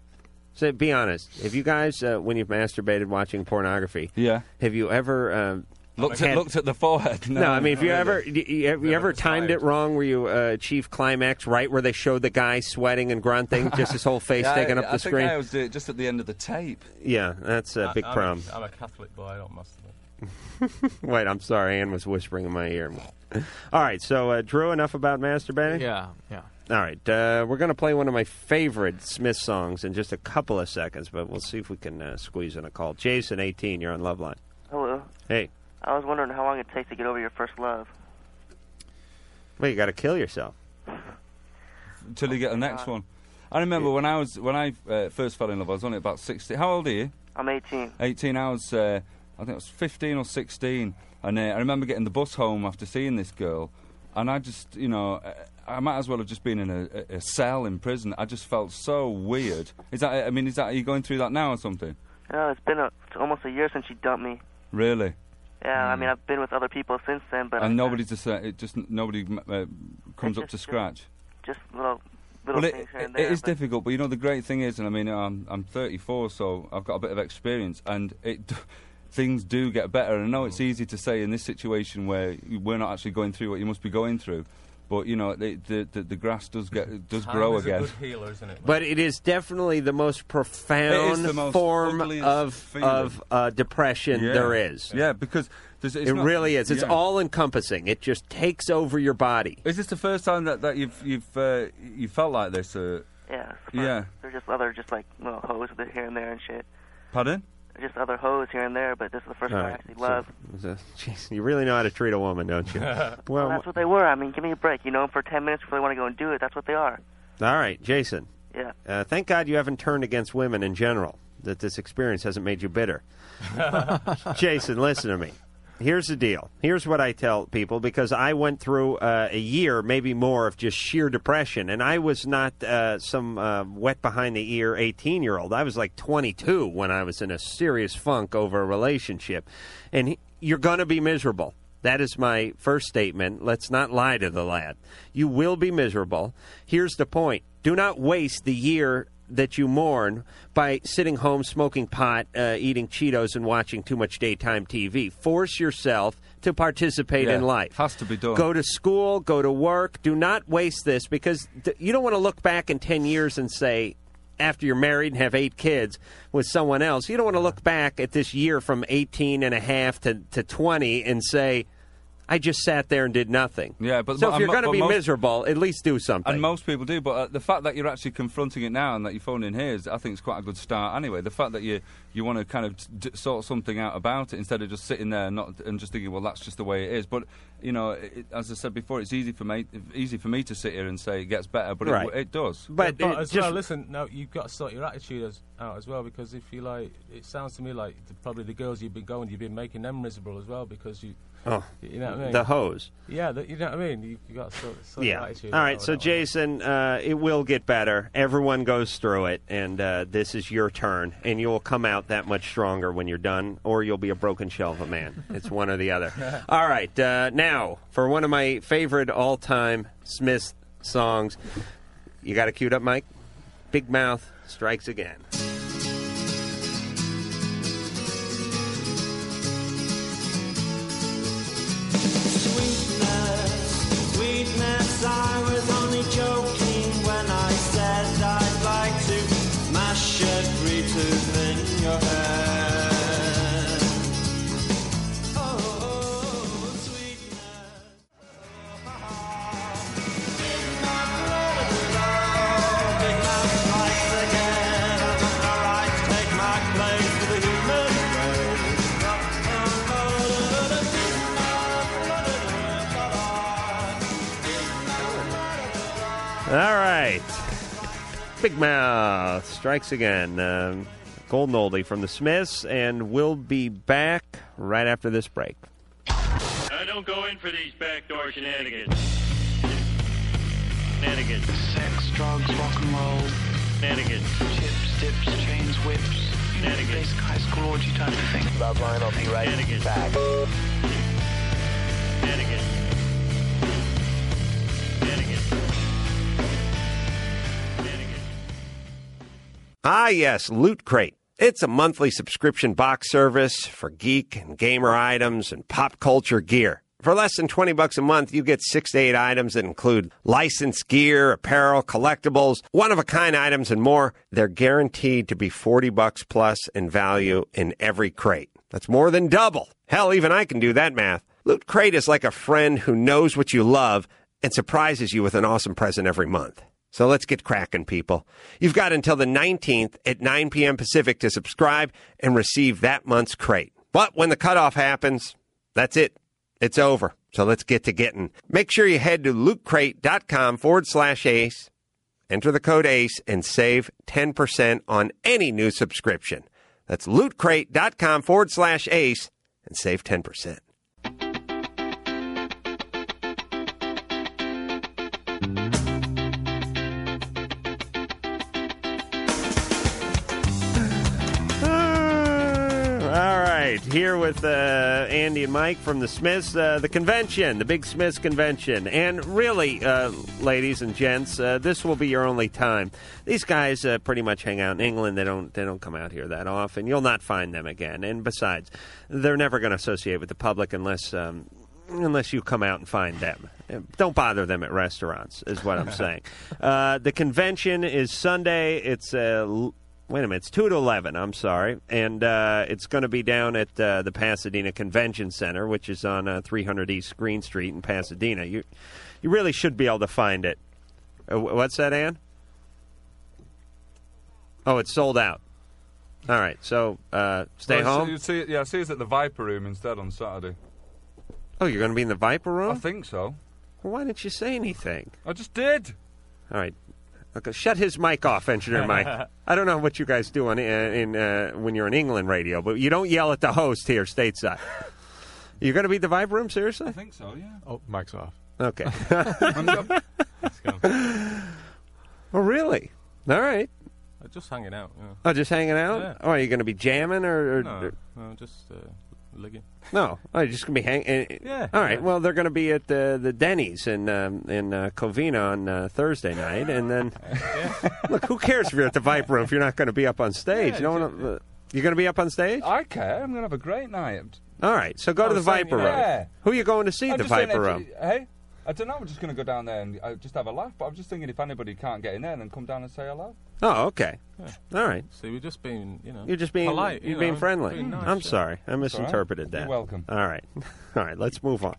So be honest. If you guys, uh, when you've masturbated watching pornography,
Yeah.
have you ever um,
Looked
had-
at, looked at the forehead. No,
no, I mean, if
not
you
really.
ever you, you, you ever timed it wrong, where you uh, achieve climax right where they showed the guy sweating and grunting, just his whole face
Yeah,
taking
I,
up the
I think
screen.
I always do it just at the end of the tape.
Yeah, that's a
I-
big
I'm
problem.
A, I'm a Catholic boy. I don't masturbate.
Wait, I'm sorry. Anne was whispering in my ear. All right, so uh, Drew, enough about masturbating.
Yeah, yeah.
All right, uh, we're going to play one of my favorite Smith songs in just a couple of seconds, but we'll see if we can uh, squeeze in a call. Jason, 18, you're on Loveline.
Hello.
Hey,
I was wondering how long it takes to get over your first love.
well, you got to kill yourself.
till you get the next
Uh,
one. I remember when I was when I uh, first fell in love, I was only about sixty. How old are you?
I'm 18.
18 hours. Uh, I think it was 15 or 16. And uh, I remember getting the bus home after seeing this girl, and I just, you know, uh, I might as well have just been in a, a- a cell in prison. I just felt so weird. Is that? I mean, is that? Are you going through that now or something?
Oh, it's been a, it's almost a year since she dumped me.
Really?
Yeah,
Mm.
I mean, I've been with other people since then, but
and
I,
nobody's just, uh, it just nobody m- uh, comes up to scratch.
just little little
well, it,
things here and
it-
there.
there,
it is
but-
difficult, but you know the great thing is, and I mean, I'm I'm 34, so I've got a bit of experience, and it d- things do get better. And I know
Mm.
it's easy to say in this situation where you- we're not actually going through what you must be going through, but you know the the, the, the grass does get does
Time
grow
is a
again.
good healer, isn't it?
But it is definitely the most profound
the most
form
ugliest
of
feeling.
of uh, depression
Yeah.
there is.
Yeah, because there's- it's
it
not-
really is. It's
yeah.
all encompassing. It just takes over your body.
Is this the first time that, that you've you've uh, you felt like this? Uh,
yeah, it's fun.
yeah.
There's just other just like little hoes that here and there and shit.
Pardon?
Just other hoes here and there, but this is the first
All
one I
right.
actually
So-
loved.
so- jeez, you really know how to treat a woman, don't you? well,
well, that's what they were. I mean, give me a break. You know, for 10 minutes before they want to go and do it, that's what they are.
All right, Jason.
Yeah.
Uh, thank God you haven't turned against women in general. That this experience hasn't made you bitter. Jason, listen to me. Here's the deal. Here's what I tell people because I went through uh, a year, maybe more, of just sheer depression, and I was not uh, some uh, wet behind the ear 18 year old. I was like 22 when I was in a serious funk over a relationship, and he- you're going to be miserable. That is my first statement. Let's not lie to the lad. You will be miserable. Here's the point do not waste the year that you mourn by sitting home smoking pot, uh, eating Cheetos, and watching too much daytime TV. Force yourself to participate in
Yeah,
life.
has to be done.
Go to school, go to work. Do not waste this because th- you don't want to look back in 10 years and say, after you're married and have eight kids with someone else, you don't want to look back at this year from 18 and a half to, to 20 and say, I just sat there and did nothing.
Yeah, but
so
but-
if you're
but-
going to
but
be
most-
miserable, at least do something.
And most people do, but uh, the fact that you're actually confronting it now and that you're phoning here is, I think, is quite a good start. Anyway, the fact that you you want to kind of d- d- sort something out about it instead of just sitting there and not and just thinking, well, that's just the way it is. But you know, it, as I said before, it's easy for me easy for me to sit here and say it gets better, but
Right.
it, it does.
But,
But as well, listen. No, you've got to sort your attitude as, out as well, because if you like, it sounds to me like the, probably the girls you've been going, you've been making them miserable as well, because you,
Oh,
you know what I mean.
the hoes.
Yeah, the, you know what I mean. You have got to sort, sort your
yeah.
attitude.
All
out
right.
with
So,
that one.
Jason, uh, it will get better. Everyone goes through it, and uh, this is your turn. And you'll come out that much stronger when you're done, or you'll be a broken shell of a man. it's one or the other. All right. Uh, now, for one of my favorite all time Smith songs, you got it queued up, Mike? Big Mouth Strikes Again.
Sweetness, I was only joking when I said I'd like to mash every tooth in your head. Oh,
All right. Big Mouth strikes again. Um, Golden Oldie from the Smiths, and we'll be back right after this break.
I Uh, don't go in for these backdoor shenanigans. Shenanigans. Sex, drugs, rock and roll. Shenanigans. Chips, dips, chains, whips. Shenanigans. Basic high school orgy type of thing. Love line, I'll be right back. Shenanigans. Shenanigans.
Ah, yes, Loot Crate. It's a monthly subscription box service for geek and gamer items and pop culture gear. For less than 20 bucks a month, you get 6 to 8 items that include licensed gear, apparel, collectibles, one-of-a-kind items and more. They're guaranteed to be 40 bucks plus in value in every crate. That's more than double. Hell, even I can do that math. Loot Crate is like a friend who knows what you love and surprises you with an awesome present every month. So let's get cracking, people. You've got until the 19th at 9 p.m. Pacific to subscribe and receive that month's crate. But when the cutoff happens, that's it. It's over. So let's get to getting. Make sure you head to lootcrate.com forward slash ace
Enter the code ACE and save 10% on any new subscription. That's lootcrate.com forward slash ACE and save 10%.
All right, here with uh, Andy and Mike from the Smiths, uh, the convention, the big Smiths convention. And really, uh, ladies and gents, uh, this will be your only time. These guys uh, pretty much hang out in England. They don't they don't come out here that often. You'll not find them again. And besides, they're never going to associate with the public unless um, unless you come out and find them. Don't bother them at restaurants, is what I'm saying. Uh, the convention is Sunday. It's uh, l- wait a minute, it's two to eleven. I'm sorry, and uh, it's going to be down at uh, the Pasadena Convention Center, which is on uh, 300 East Green Street in Pasadena. You you really should be able to find it. Uh, wh- what's that, Ann? Oh, it's sold out. All right, so uh, stay
Well,
home.
See, see, yeah, see us at the Viper Room instead on Saturday.
Oh, you're going to be in the Viper Room?
I think so.
Well, why didn't you say anything?
I just did.
All right. Okay, shut his mic off, engineer Mike. I don't know what you guys do on uh, in uh, when you're in England radio, but you don't yell at the host here stateside. you're going to be at the Vibe Room, seriously? I
think so. Yeah.
Oh, mic's off.
Okay. well, Oh, really? All right.
Uh, Just hanging out. Yeah.
Oh, just hanging out.
Yeah.
Oh, are you going to be jamming or? or
No,
or-
no, just uh, ligging.
no. Oh, you're just going to be hanging.
Yeah,
All right. Well, they're going to be at the the Denny's in um, in uh, Covina on uh, Thursday night, and then look, who cares if you're at the Vibe Room if you're not going to be up on stage?
Yeah,
no one. uh, you're going to be up on stage.
I care. I'm going to have a great night.
All right, so go
I
to the
was saying,
Viper
yeah.
Room. Who are you going to see
I'm
at the
just saying
Viper
that-
Room?
Hey, I don't know. I'm just going to go down there and uh, just have a laugh. But I'm just thinking if anybody can't get in there, then come down and say hello.
Oh, okay.
Yeah.
All right.
See, we're just being, you know,
You're just being
polite, you
you're being
know,
friendly.
being nice,
I'm
yeah.
sorry, I
It's all right.
misinterpreted that.
You're welcome.
All right, all right. Let's move on.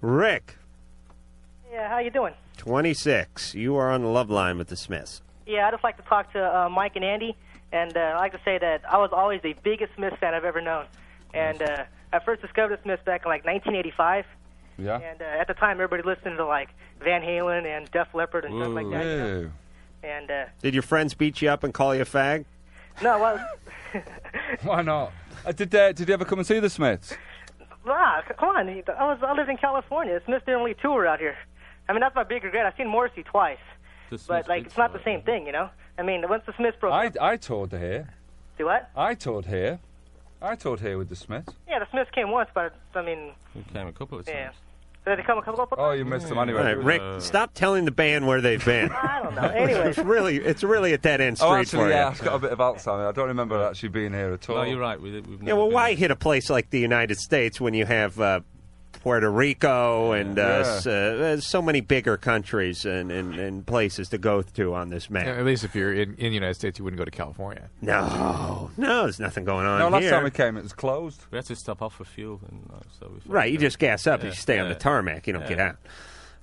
Rick,
Yeah, how you doing?
26. You are on the love line with the Smiths.
Yeah, I'd just like to talk to uh, Mike and Andy, and uh, I'd like to say that I was always the biggest Smiths fan I've ever known. And uh, I first discovered the Smiths back in like 1985,
Yeah.
and uh, at the time everybody listened to like Van Halen and Def Leppard and stuff like that. you know?
Whoa.
And uh,
Did your friends beat you up and call you a fag?
no, well,
Why not? Uh, did uh, Did you ever come and see the Smiths?
nah, c- ah, come on. I was I lived in California. The Smiths didn't really tour out here. I mean, that's my big regret. I've seen Morrissey twice, but like it's not the same thing, you know. I mean, once the Smiths broke,
I I toured here.
do what?
I toured here. I toured here with the Smiths.
Yeah, the Smiths came once, but I mean,
We came a couple
yeah. Did they come a couple of
Oh, you missed them anyway.
All right, Rick,
uh,
Uh,
stop telling the band where they've been.
I don't know. Anyway.
it's really, it's really a dead end street
Oh, actually,
for
yeah,
you.
I've got a bit of Alzheimer's. I don't remember actually being here at all.
No, you're right. We, we've
Yeah, well, why hit a place like the United States when you have uh, Puerto Rico and uh,
Yeah.
s- uh, uh, so many bigger countries and, and, and places to go to on this map?
At least if you're in, in the United States, you wouldn't go to California.
No, no, there's nothing going on
No, last
here.
time we came, it was closed.
We had to stop off for fuel, and uh, so we.
right, you just gas up.
Yeah,
You stay on the
yeah,
tarmac. You don't
yeah.
get out.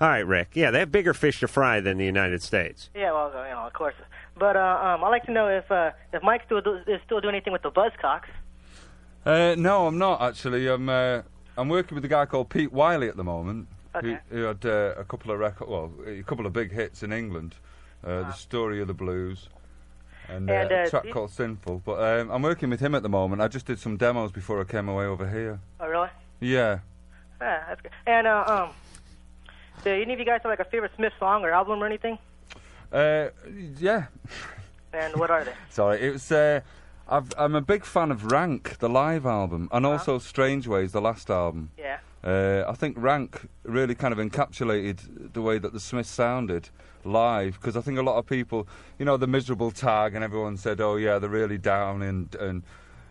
All right, Rick. Yeah, they have bigger fish to fry than the United States.
Yeah, well, you know, of course. But uh, um, I'd like to know if uh, if Mike still do, is still doing anything with the Buzzcocks.
Uh, no, I'm not actually. I'm uh, I'm working with a guy called Pete Wiley at the moment,
Okay.
who, who had uh, a couple of record, well, a couple of big hits in England, uh, the story of the blues, and,
Uh-huh. And,
uh,
uh,
a track
did-
called Sinful. But um, I'm working with him at the moment. I just did some demos before I came away over here.
Oh, really?
Yeah.
Yeah, that's good. And uh, um, do any of you guys have like a favorite Smith song or album or anything?
Uh, yeah.
And what are they?
Sorry, it was. Uh, I've, I'm a big fan of Rank, the live album, and also Strange Ways, the last album.
Yeah.
Uh, I think Rank really kind of encapsulated the way that the Smiths sounded live because I think a lot of people, you know, the miserable tag, and everyone said, "Oh yeah, they're really down and and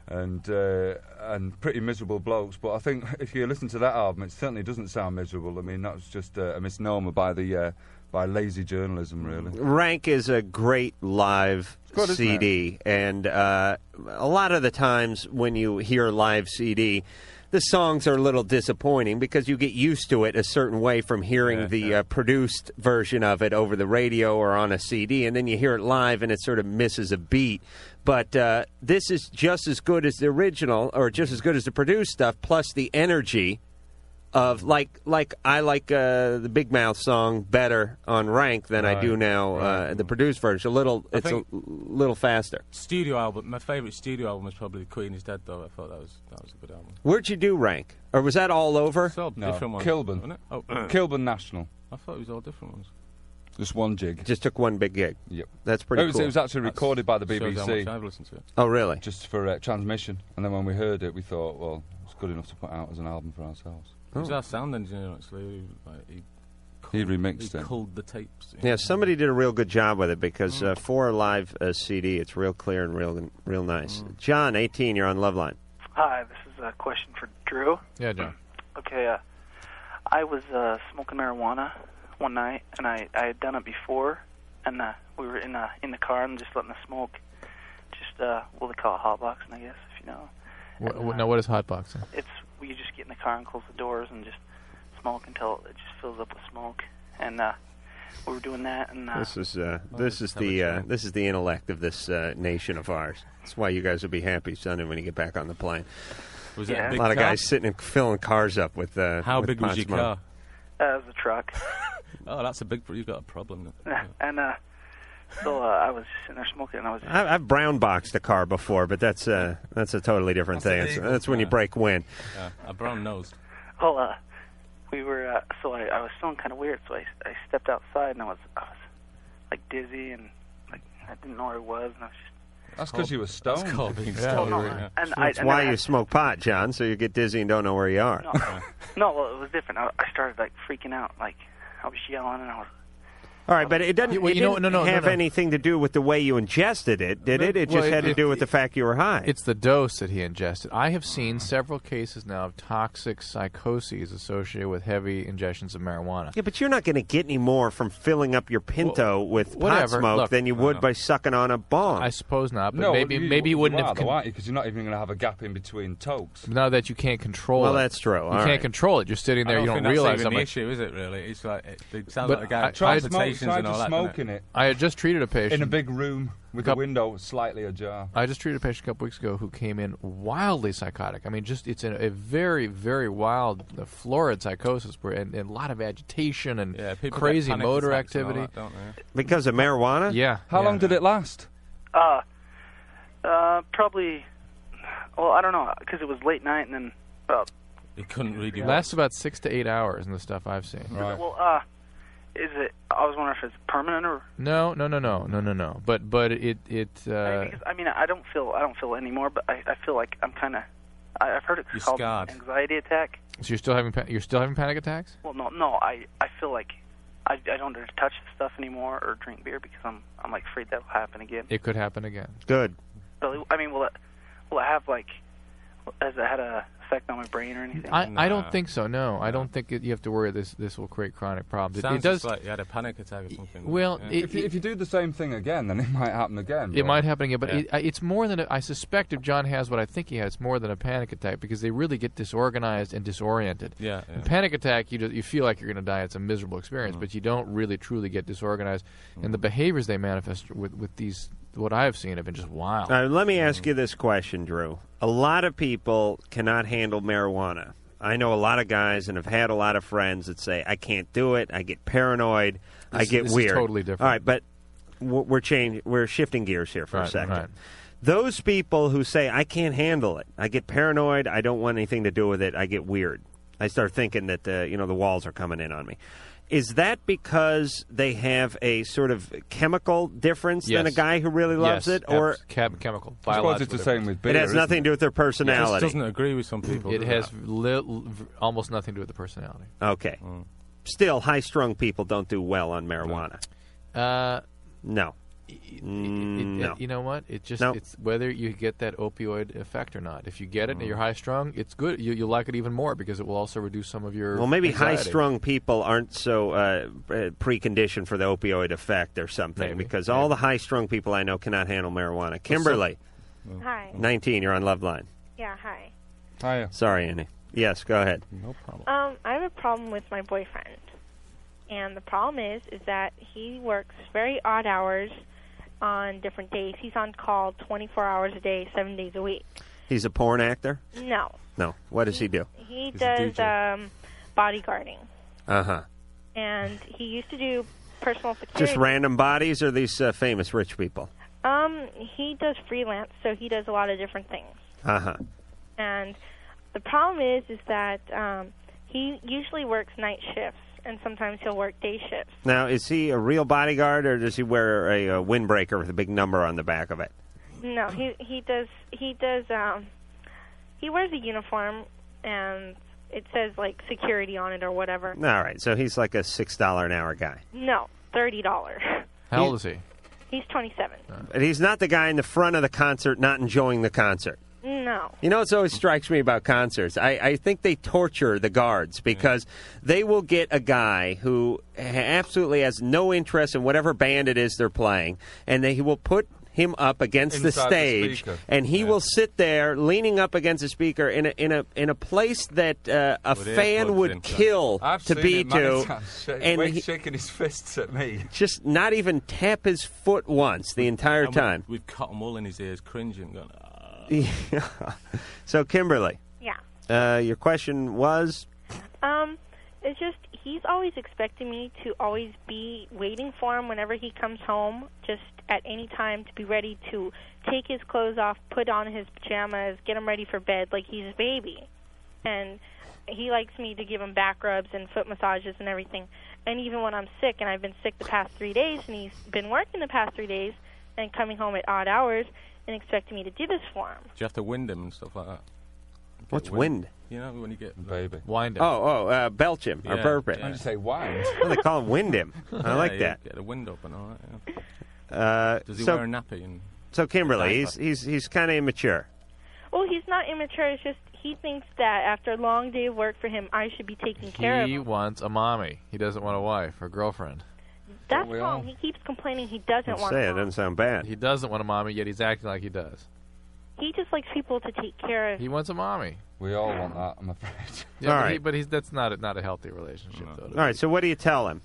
and uh, and pretty miserable blokes." But I think if you listen to that album, it certainly doesn't sound miserable. I mean, that's just uh, a misnomer by the uh, by lazy journalism, really.
Rank is a great live
good, isn't
CD, and uh, a lot of the times when you hear a live CD, the songs are a little disappointing because you get used to it a certain way from hearing the Uh, produced version of it over the radio or on a CD, and then you hear it live and it sort of misses a beat. But uh, this is just as good as the original, or just as good as the produced stuff, plus the energy of like like I like uh, the Big Mouth song better on rank than I do
Right,
now uh, the produced version. A little,
I
it's
think-
a little faster.
Studio album. My favorite studio album is probably The Queen Is Dead, though. I thought that was that was a good album.
Where'd you do rank, or was that all over?
No. different ones, wasn't
Kilburn,
it? Oh.
Kilburn National.
I thought it was all different ones.
Just one jig.
Just took one big gig.
Yep.
That's pretty
it was,
cool.
It was actually
That's-
recorded by the
shows how
BBC.
much I've listened to it.
Oh, really?
Just for uh, transmission. And then when we heard it, we thought, well, it's good enough to put out as an album for ourselves.
It
Oh.
was our sound engineer actually. He, like, he,
He remixed
he
it.
culled the tapes.
Yeah, somebody did a real good job with it because uh, for a live uh, CD, it's real clear and real, real nice. John, eighteen, you're on Love Line.
Hi, this is a question for Drew.
Yeah, John.
Okay, uh, I was uh, smoking marijuana one night, and I I had done it before, and uh, we were in uh, in the car and just letting the smoke, just uh, well they call it hotboxing, I guess if you know.
What, what, now, what is hotboxing?
It's where you just get in the car and close the doors and just smoke until it just fills up with smoke, and uh, we were doing that, and uh,
This is uh, this is the uh, this is the intellect of this uh, nation of ours. That's why you guys will be happy Sunday when you get back on the plane.
Was it a Yeah. big
lot of
car?
guys sitting and filling cars up with uh,
How
with
big was
pot
your
smoke. uh,
car?
that was the truck.
Oh, that's a big. pro- You've got a problem.
and uh, so uh, I was just sitting there smoking, and I was
I, I've brown boxed a car before, but that's uh, that's a totally different thing. That's, that's when you break wind.
Yeah, a brown nosed.
Well, uh, we were uh, so I, I was feeling kind of weird, so I, I stepped outside and I was I was like dizzy and like I didn't know where I was and I was just
That's because you were stoned.
That's called being stoned. Well, no, Yeah. and I-
that's
and
why
then I-
you smoke pot, John, so you get dizzy and don't know where you are.
no, well it was different. I, I started like freaking out, like I was yelling and I was
All right, but it doesn't,
Well,
it
you know-
didn't
no, no, no,
have
no.
anything to do with the way you ingested it, did it? It just
Well,
had to
it-
do with the fact you were high.
It's the dose that he ingested. I have seen several cases now of toxic psychoses associated with heavy ingestions of marijuana.
Yeah, but you're not going to get any more from filling up your Pinto with pot
whatever.
smoke
Look,
than you
I
would
know.
by sucking on a bomb.
I suppose not, but
No,
maybe
you,
maybe he
you
wouldn't
are,
have.
though,
Con-
aren't you? Because you're not even going to have a gap in between tokes.
now that you can't control.
Well,
it.
that's true.
You
All
can't
right.
control it. You're sitting there.
I
you don't
don't think
realize how
that's even the
much.
issue, is it? Really, it's like it, it sounds
But
like a guy
I-
with palpitations
smoking
and all that. doesn't
smoking it.
I had just treated a patient
in a big room with a
Cup-
window slightly ajar.
I just treated a patient a couple weeks ago who came in wildly psychotic. I mean, just it's a, a very, very wild, uh, florid psychosis, where and, and a lot of agitation and
people get
crazy
panic
motor
attacks and all
activity.
that, don't they?
Because of marijuana?
Yeah.
How long did it last?
uh uh probably well I don't know because it was late night and then uh,
It couldn't read you.
Lasts about six to eight hours in the stuff I've seen.
well uh is it I was wondering if it's permanent or
No, no, no, no, no, no, no. But but it it. Uh,
I mean I don't feel I don't feel anymore but I, I feel like I'm kind of I've heard it's
You're
called
scarred.
anxiety attack.
so you're still having pa- you're still having panic attacks.
Well, no, no. I I feel like I I don't dare to touch the stuff anymore or drink beer because I'm I'm like afraid that'll happen again.
It could happen again.
Good.
So, I mean, will it will it have like has it had a effect on my brain or anything?
I, I
uh,
don't think so. No, I don't think it, you have to worry. This this will create chronic problems. It-
Sounds
it does.
just like you had a panic attack or something.
well,
Yeah.
it-
if, you, if you do the same thing again, then it might happen again.
It might happen again, but
Yeah.
it, I- it's more than a, I suspect. If John has what I think he has, it's more than a panic attack because they really get disorganized and disoriented.
Yeah, yeah. Mm.
A panic attack, you do, you feel like you're going to die. It's a miserable experience, but you don't really truly get disorganized. And the behaviors they manifest with with these, what I have seen, have been just wild.
Uh, let me ask you this question, Drew. A lot of people cannot handle marijuana. I know a lot of guys and have had a lot of friends that say, I can't do it. I get paranoid. I
This-
get
this is
weird.
totally different.
All right, but w- we're, change- we're shifting gears here for a
Right,
second.
right.
Those people who say, I can't handle it. I get paranoid. I don't want anything to do with it. I get weird. I start thinking that, uh, you know, the walls are coming in on me. Is that because they have a sort of chemical difference than a
Yes.
guy who really loves
Yes,
it, or
abs- chem- chemical?
I suppose it's the
biological
same
difference.
with It beer, has isn't nothing it? to do with their personality.
It just doesn't agree with some people.
It
does
has li- v- almost nothing to do with the personality.
Okay. Still, high strung people don't do well on marijuana.
Uh,
No. Mm,
it-
no.
You know what? It just
No.
it's whether you get that opioid effect or not. If you get it and
Mm.
you're high strung, it's good. You, you'll like it even more because it will also reduce some of your
Well, maybe high
anxiety.
strung people aren't so uh, preconditioned for the opioid effect or something because all the high strung people I know cannot handle marijuana. Kimberly,
Hi.
19, you're on Love Line.
Yeah, hi.
Hiya.
Sorry, Annie. Yes, go ahead. No problem.
Um, I have a problem with my boyfriend, and the problem is, is that he works very odd hours on different days. He's on call 24 hours a day, seven days a week.
He's a porn actor?
No,
No. What does he do?
he
He's a
does
DJ.
um, bodyguarding,
Uh huh.
and he used to do personal security.
Just random bodies or these uh, famous rich people?
Um, he does freelance, so he does a lot of different things.
Uh huh.
And the problem is, is that um, he usually works night shifts, and sometimes he'll work day shifts.
Now, is he a real bodyguard or does he wear a, uh windbreaker with a big number on the back of it?
No, he he does he does um, he wears a uniform, and it says like security on it or whatever.
All right, so he's like a six dollar an hour guy,
No, thirty dollars.
How old is he?
He's twenty-seven.
and he's not the guy in the front of the concert not enjoying the concert.
No.
You know, it always strikes me about concerts. I, I think they torture the
Mm.
guards because they will get a guy who ha- absolutely has no interest in whatever band it is they're playing, and they will put him up against the
Inside the
stage,
speaker.
and he will sit there leaning up against the speaker in a in a in a place that uh, a
With
fan
earplugs
would
in.
kill
I've
to
seen
be
it many
to,
times. Shake-
and
Wade's
he-
shaking his fists at me.
just not even tap his foot once the entire
And we-
time.
We've cut them all in his ears, cringing, "Ah." going,
Yeah. so, Kimberly,
Yeah.
uh, your question was
Um, it's just he's always expecting me to always be waiting for him whenever he comes home, just at any time to be ready to take his clothes off, put on his pajamas, get him ready for bed like he's a baby. And he likes me to give him back rubs and foot massages and everything. And even when I'm sick, and I've been sick the past three days, and he's been working the past three days and coming home at odd hours and expecting me to do this for him.
Do you have to wind him and stuff like that? Get
What's wind?
You know, when you get
baby.
Wind
Oh, oh, uh, belch him or
Yeah,
burp him.
yeah. Why don't you
say wind?
well, they call him wind him. I like that.
Get the wind up and all that. Yeah.
Uh,
Does he
so,
wear a nappy? And
so Kimberly, he's
diaper?
he's he's kind of immature.
Well, he's not immature. It's just he thinks that after a long day of work for him, I should be taking care of
He
him.
wants a mommy. He doesn't want a wife or girlfriend.
That's wrong. He keeps complaining he doesn't want.
it doesn't sound bad.
He doesn't want a mommy, yet he's acting like he does.
He just likes people to take care of.
He wants a mommy.
We all want that, I'm afraid.
Yeah,
All
but, he,
right.
but he's that's not a, not a healthy relationship though.
All right, so what do you tell him?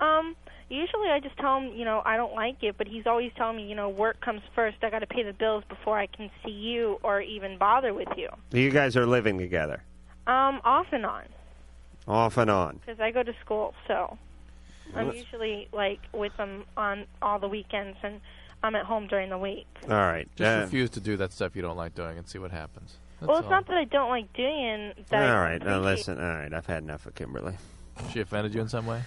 Um, usually I just tell him, you know, I don't like it, but he's always telling me, you know, work comes first. I got to pay the bills before I can see you or even bother with you.
You guys are living together,
Um, off and on,
off and on.
because I go to school, so I'm
Well-
usually like with him on all the weekends, and I'm at home during the week.
All right.
Just
uh,
refuse to do that stuff you don't like doing and see what happens. That's
well, it's
all.
not that I don't like doing it. That I
all right. Now
appreciate
listen. All right, I've had enough of Kimberly.
She offended you in some way?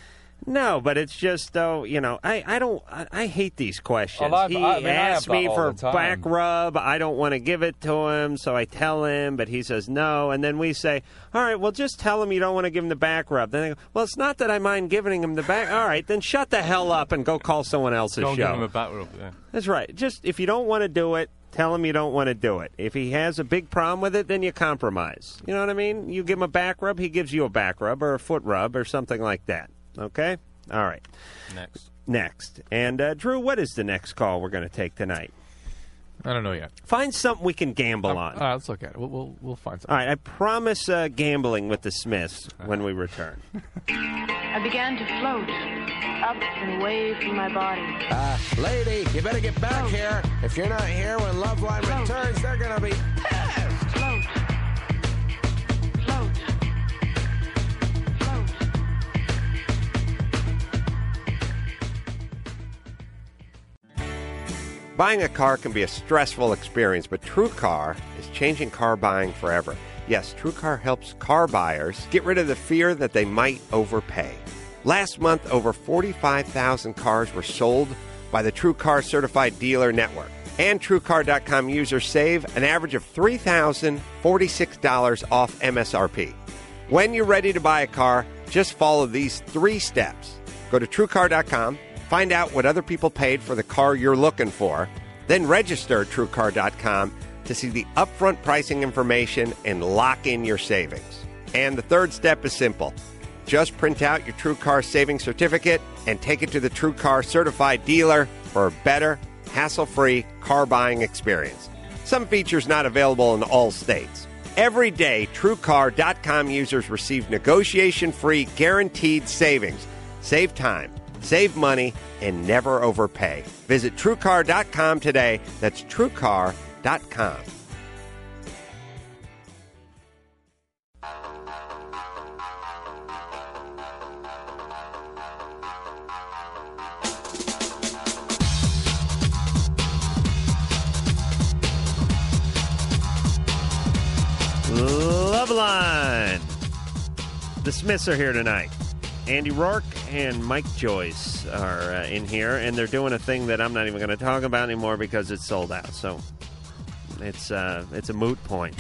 No, but it's just though you know I, I don't I, I hate these questions.
Well, I've-
he
I mean, I have
asks
that
me
all
for
the time.
back rub. I don't want to give it to him, so I tell him, but he says no, and then we say, all right, well just tell him you don't want to give him the back rub. Then they go, well it's not that I mind giving him the back. All right, then shut the hell up and go call someone else's
Don't
show.
give him a back rub. Yeah.
That's right. Just if you don't want to do it, tell him you don't want to do it. If he has a big problem with it, then you compromise. You know what I mean? You give him a back rub, he gives you a back rub or a foot rub or something like that. Okay? All right.
Next.
Next. And uh, Drew, what is the next call we're going to take tonight?
I don't know yet.
Find something we can gamble on.
All right, let's look at it. We'll we'll, we'll find something.
All right, I promise uh, gambling with the Smiths when we return.
I began to float up and away from my body.
Uh, lady, you better get back here. If you're not here when Loveline returns, they're going to be pissed.
Buying a car can be a stressful experience, but TrueCar is changing car buying forever. Yes, TrueCar helps car buyers get rid of the fear that they might overpay. Last month, over 45,000 cars were sold by the TrueCar certified dealer network. And TrueCar.com users save an average of $3,046 off MSRP. When you're ready to buy a car, just follow these three steps. Go to truecar.com, find out what other people paid for the car you're looking for, then register at truecar.com to see the upfront pricing information and lock in your savings. And the third step is simple. Just print out your TrueCar savings certificate and take it to the TrueCar certified dealer for a better, hassle-free car buying experience. Some features not available in all states. Every day, TrueCar.com users receive negotiation-free guaranteed savings. Save time, save money, and never overpay. Visit TrueCar.com today. That's TrueCar.com.
the Smiths are here tonight. Andy Rourke and Mike Joyce are uh, in here, and they're doing a thing that I'm not even going to talk about anymore because it's sold out. So it's uh, it's a moot point.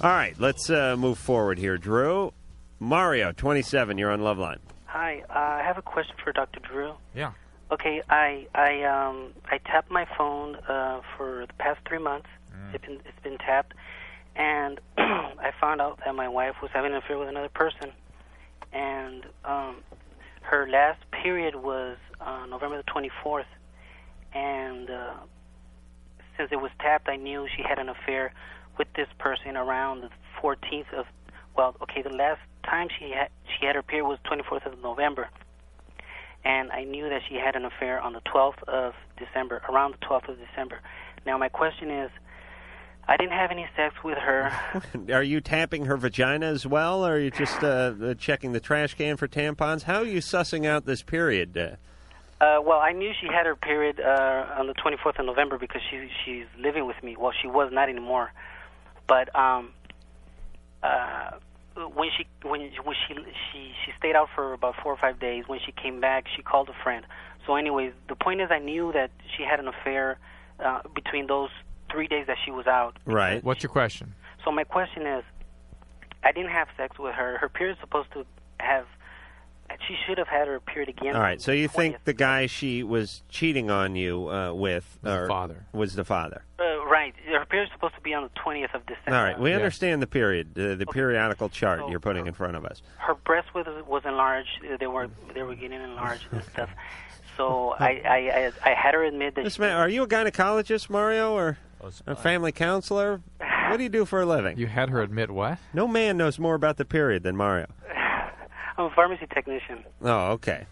All right, let's uh, move forward here. Drew, Mario, 27, you're on Love Line.
Hi, uh, I have a question for Dr. Drew.
Yeah.
Okay, I I um I tapped my phone uh, for the past three months. It's been it's been tapped, and I found out that my wife was having an affair with another person, and um, her last period was uh, November the twenty fourth, and uh, since it was tapped, I knew she had an affair with this person around the fourteenth of well, okay, the last time she had she had her period was twenty fourth of November and I knew that she had an affair on the 12th of December, around the 12th of December. Now, my question is I didn't have any sex with her.
Are you tapping her vagina as well, or are you just uh, uh, checking the trash can for tampons? How are you sussing out this period? Uh,
Uh, well, I knew she had her period uh, on the 24th of November because she she's living with me. Well, she was not anymore, but um, uh, when she when when she she she stayed out for about four or five days. When she came back, she called a friend. So, anyways, the point is, I knew that she had an affair uh, between those three days that she was out.
Right.
What's your question?
So my question is, I didn't have sex with her. Her period's supposed to have. She should have had her period again.
All right, so you think the guy she was cheating on you uh, with was the father? Was the father?
Uh, right. Her period's supposed to be on the twentieth of December.
All right, Oh, we understand the period, uh, the periodical chart you're putting in front of us.
her breast was was enlarged. Uh, They were they were getting enlarged and stuff. So I I, I, I had her admit that
This man, are you a gynecologist, Mario, or a family counselor? What do you do for a living?
Oh, You had her admit what?
No man knows more about the period than Mario.
I'm a pharmacy technician.
Oh, okay.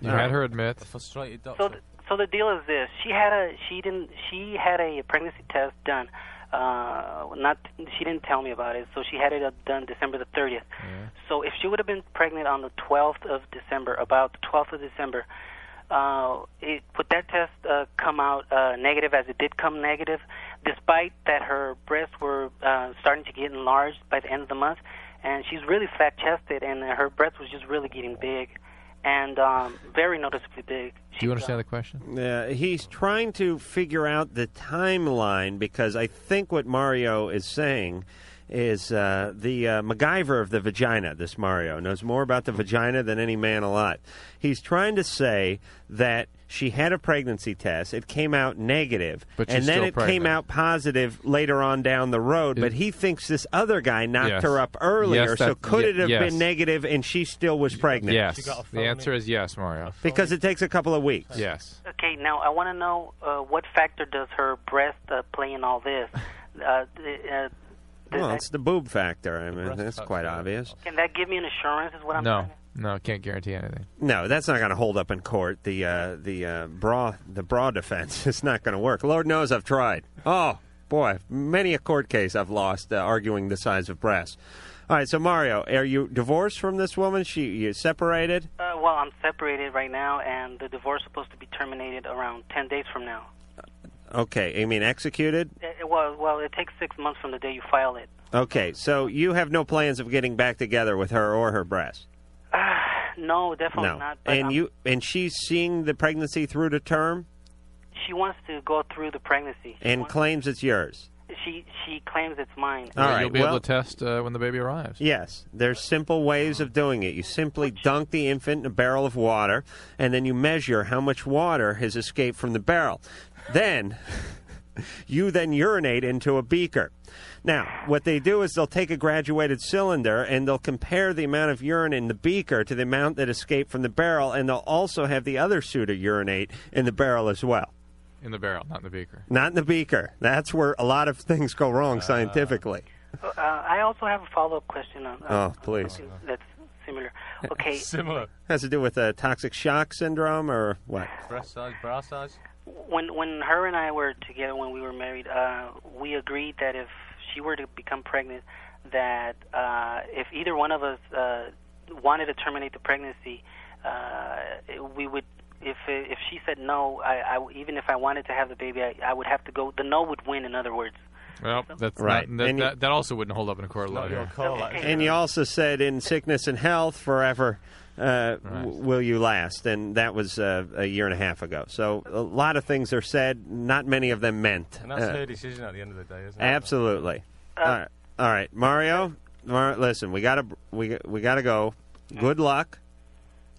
You had her admit.
Frustrated doctor. So th- so the deal is this: she had a she didn't she had a pregnancy test done. Uh, not she didn't tell me about it, so she had it uh, done December the 30th. So if she would have been pregnant on the 12th of December, about the 12th of December, uh, it, would that test uh, come out uh, negative as it did come negative, despite that her breasts were uh, starting to get enlarged by the end of the month, and she's really flat chested, and her breast was just really getting big, and um, very noticeably big.
Do you understand the question?
Uh, he's trying to figure out the timeline because I think what Mario is saying is uh, the uh, MacGyver of the vagina. This Mario knows more about the vagina than any man alive. He's trying to say that she had a pregnancy test. It came out negative,
But she's
and then
still
it came
pregnant.
out positive later on down the road. but he thinks this other guy knocked
Yes.
her up earlier.
Yes,
so
that-
could
ye-
it have
yes.
been negative and she still was pregnant?
Yes. The answer is yes, Mario.
Because it takes a couple of weeks.
Yes.
Okay, now I want to know uh, what factor does her breast uh, play in all this? Uh, th- uh,
Well, it's the boob factor. I mean, that's quite obvious.
can that give me an assurance? Is what I'm
No, no, can't guarantee anything.
No, that's not going to hold up in court. The uh, the uh, bra the bra defense is not going to work. Lord knows I've tried. Oh boy, many a court case I've lost uh, arguing the size of breasts. All right, so Mario, are you divorced from this woman? She you separated?
Uh, well, I'm separated right now, and the divorce is supposed to be terminated around ten days from now.
Okay, I mean executed.
It, it- well, well, it takes six months from the day you file it.
Okay, so you have no plans of getting back together with her or her breasts.
No, definitely
no,
not. But
and you and she's seeing the pregnancy through to term
she wants to go through the pregnancy.
and claims it's yours.
She she claims it's mine.
All right,
You'll be
well-
able to test uh, when the baby arrives.
Yes, there's simple ways of doing it. You simply dunk the infant in a barrel of water, and then you measure how much water has escaped from the barrel. Then you then urinate into a beaker. Now, what they do is they'll take a graduated cylinder and they'll compare the amount of urine in the beaker to the amount that escaped from the barrel, and they'll also have the other suitor urinate in the barrel as well.
In the barrel, not in the beaker.
Not in the beaker. That's where a lot of things go wrong scientifically.
Uh, I also have a follow up question on.
Oh,
on
please.
something That's similar. Okay.
Has to do with uh, toxic shock syndrome or what?
Breast size, bra size. When when her and I were together when we were married, uh, we agreed that if she were to become pregnant, that uh, if either one of us uh, wanted to terminate the pregnancy, uh, we would. If if she said no, I, I even if I wanted to have the baby, I, I would have to go. The no would win. In other words,
Well, that's
Right.
not- that,
And you-
that, that also wouldn't hold up in a court of law.
your
call.
And you also said, "In sickness and health, forever uh, w- will you last." And that was uh, a year and a half ago. So a lot of things are said, not many of them meant.
And that's
Uh,
her decision at the end of the day, isn't it?
Absolutely. all, right. all right, Mario. Mar- listen, we gotta we we gotta go. Good luck.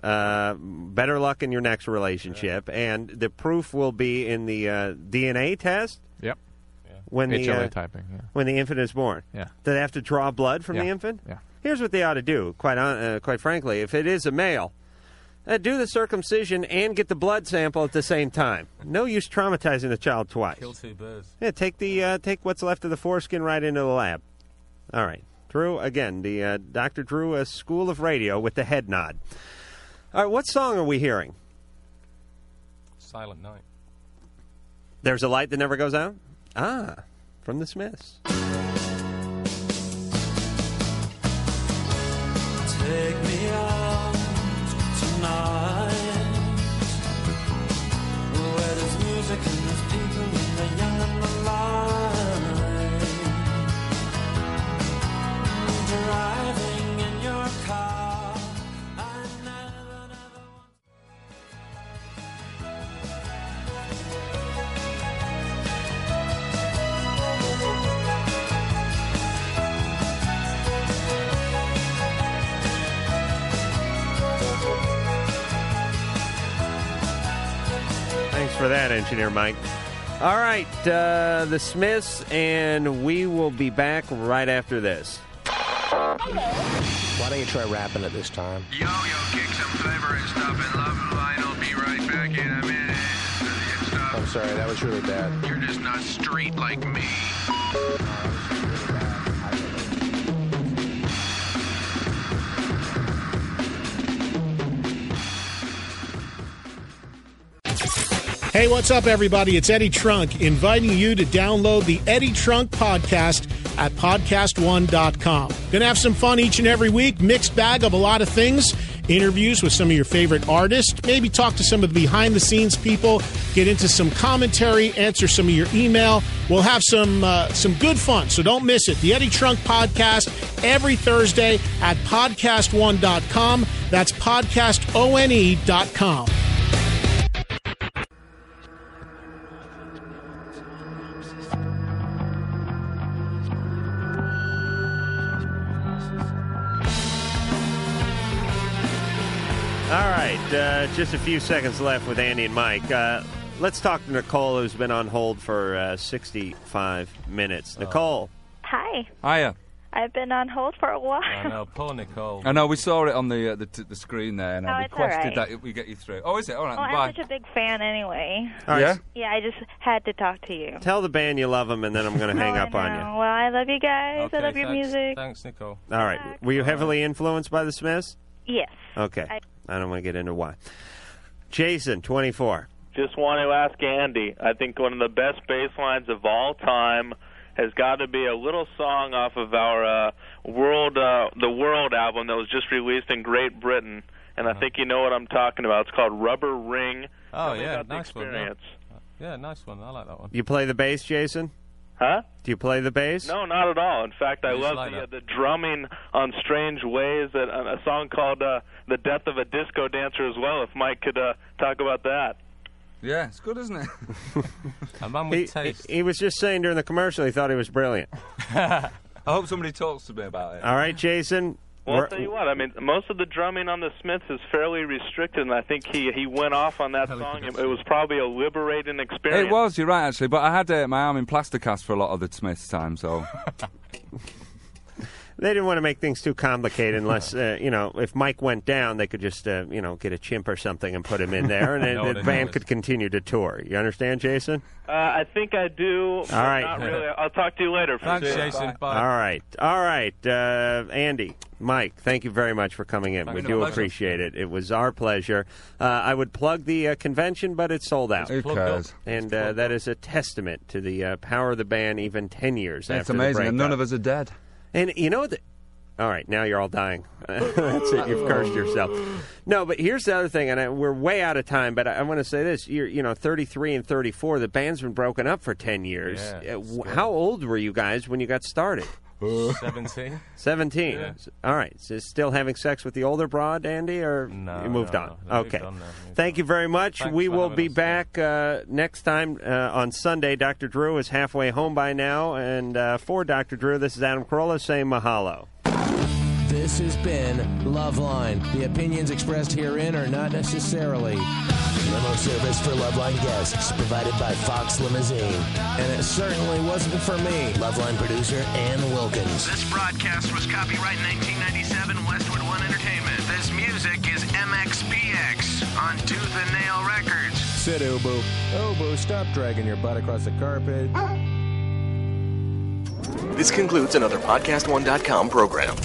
Uh, better luck in your next relationship, and the proof will be in the uh, DNA test.
Yep.
When the
HLA
uh,
typing, yeah.
when the infant is born.
Yeah.
Do they have to draw blood from the
Yeah,
infant?
yeah.
Here's what they ought to do. Quite hon- uh, quite frankly, if it is a male. Uh, do the circumcision and get the blood sample at the same time. No use traumatizing the child twice.
Kill two birds.
Yeah, take the uh, take what's left of the foreskin right into the lab. All right, Drew. Again, the uh, Doctor Drew, a School of Radio with the head nod. All right, what song are we hearing?
Silent night.
There's a light that never goes out. Ah, from the Smiths.
Take me out tonight Where there's music and there's people and the young and the light Driving in your car
Thanks for that, Engineer Mike. All right, uh, the Smiths, and we will be back right after this.
Why don't you try rapping at this time?
Yo, yo, kick some flavor and stop in love line. I'll be right back in a minute.
I'm sorry, that was really bad.
You're just not straight like me.
Hey, what's up, everybody? It's Eddie Trunk inviting you to download the Eddie Trunk podcast at podcastone.com. Gonna have some fun each and every week, mixed bag of a lot of things. Interviews with some of your favorite artists, maybe talk to some of the behind the scenes people, get into some commentary, answer some of your email. We'll have some uh, some good fun, so don't miss it. The Eddie Trunk podcast every Thursday at podcastone.com. That's E podcastone.com.
All right, uh, just a few seconds left with Andy and Mike. Uh, let's talk to Nicole, who's been on hold for uh, 65
Oh.
minutes. Nicole.
Hi.
Hiya.
I've been on hold for a while.
know, poor Nicole.
I know we saw it on the uh, the, t- the screen there, and
Oh,
I
it's all
requested
right.
that we get you through. Oh, is it? All right,
Well,
bye.
I'm such a big fan anyway.
All right. Yeah?
Yeah, I just had to talk to you.
Tell the band you love them, and then I'm going to hang up on you.
Oh, well, I love you guys. I love your music.
Thanks, Nicole.
All right. Were you heavily influenced by the Smiths?
Yes.
Okay.
I-
I don't want to get into why. Jason, 24.
Just want to ask Andy. I think one of the best bass lines of all time has got to be a little song off of our uh, world, uh, the World album that was just released in Great Britain, and I think you know what I'm talking about. It's called Rubber Ring.
Oh,
Tell me
yeah,
about the
nice one. yeah.
experience.
Yeah, nice one. I like that one.
You play the bass, Jason?
Huh?
Do you play the bass?
No, not at all. In fact, I
Just
love
light
the, uh,
up.
the drumming on Strange Ways, that, uh, a song called uh, The Death of a Disco Dancer as well, if Mike could uh, talk about that.
yeah, it's good, isn't it?
A man
He, he- he was just saying during the commercial he thought he was brilliant.
I hope somebody talks to me about it.
All right, Jason.
Well, I'll
we're-
tell you what. I mean, most of the drumming on the Smiths is fairly restricted, and I think he he went off on that song. It, it was probably a liberating experience.
It was, you're right, actually, but I had uh, my arm in plaster cast for a lot of the Smiths time, so.
They didn't want to make things too complicated unless, uh, you know, if Mike went down, they could just, uh, you know, get a chimp or something and put him in there, and
I know
then
what
the
I
band
noticed.
could continue to tour. You understand, Jason?
Uh, I think I do. but
All right.
Not really. I'll talk to you later.
Thanks,
Appreciate it.
Jason.
Bye.
All right. All right. Uh, Andy, Mike, thank you very much for coming in.
Thank
we
you.
do
Pleasure.
appreciate it. It was our pleasure. Uh, I would plug the uh, convention, but it's sold out.
Who plugged up. cares?
And uh, that is a testament to the uh, power of the band even 10 years
It's
after the
amazing, and
breakup.
none of us are dead.
And you know, the, All right, now you're all dying. That's it. You've cursed yourself. No, but here's the other thing, and I, we're way out of time. But I, I want to say this: you're, you know, 33 and 34. The band's been broken up for 10 years.
Yeah,
Uh, wh- how old were you guys when you got started?
17?
17.
Yeah.
All right. So still having sex with the older broad, Andy, or you moved
no,
on?
no. Moved
Okay.
on now.
Thank you very much.
Thanks
we
for
will
having
be
us.
back uh, next time uh, on Sunday. Dr. Drew is halfway home by now. And uh, for Dr. Drew, this is Adam Carolla saying mahalo.
This has been Loveline. The opinions expressed herein are not necessarily. Limo service for Loveline guests provided by Fox Limousine. And it certainly wasn't for me. Loveline producer Ann Wilkins.
This broadcast was copyright 1997 Westwood One Entertainment. This music is MXPX on Tooth and Nail Records.
Sit, Obo. Obo, stop dragging your butt across the carpet.
This concludes another PodcastOne.com program.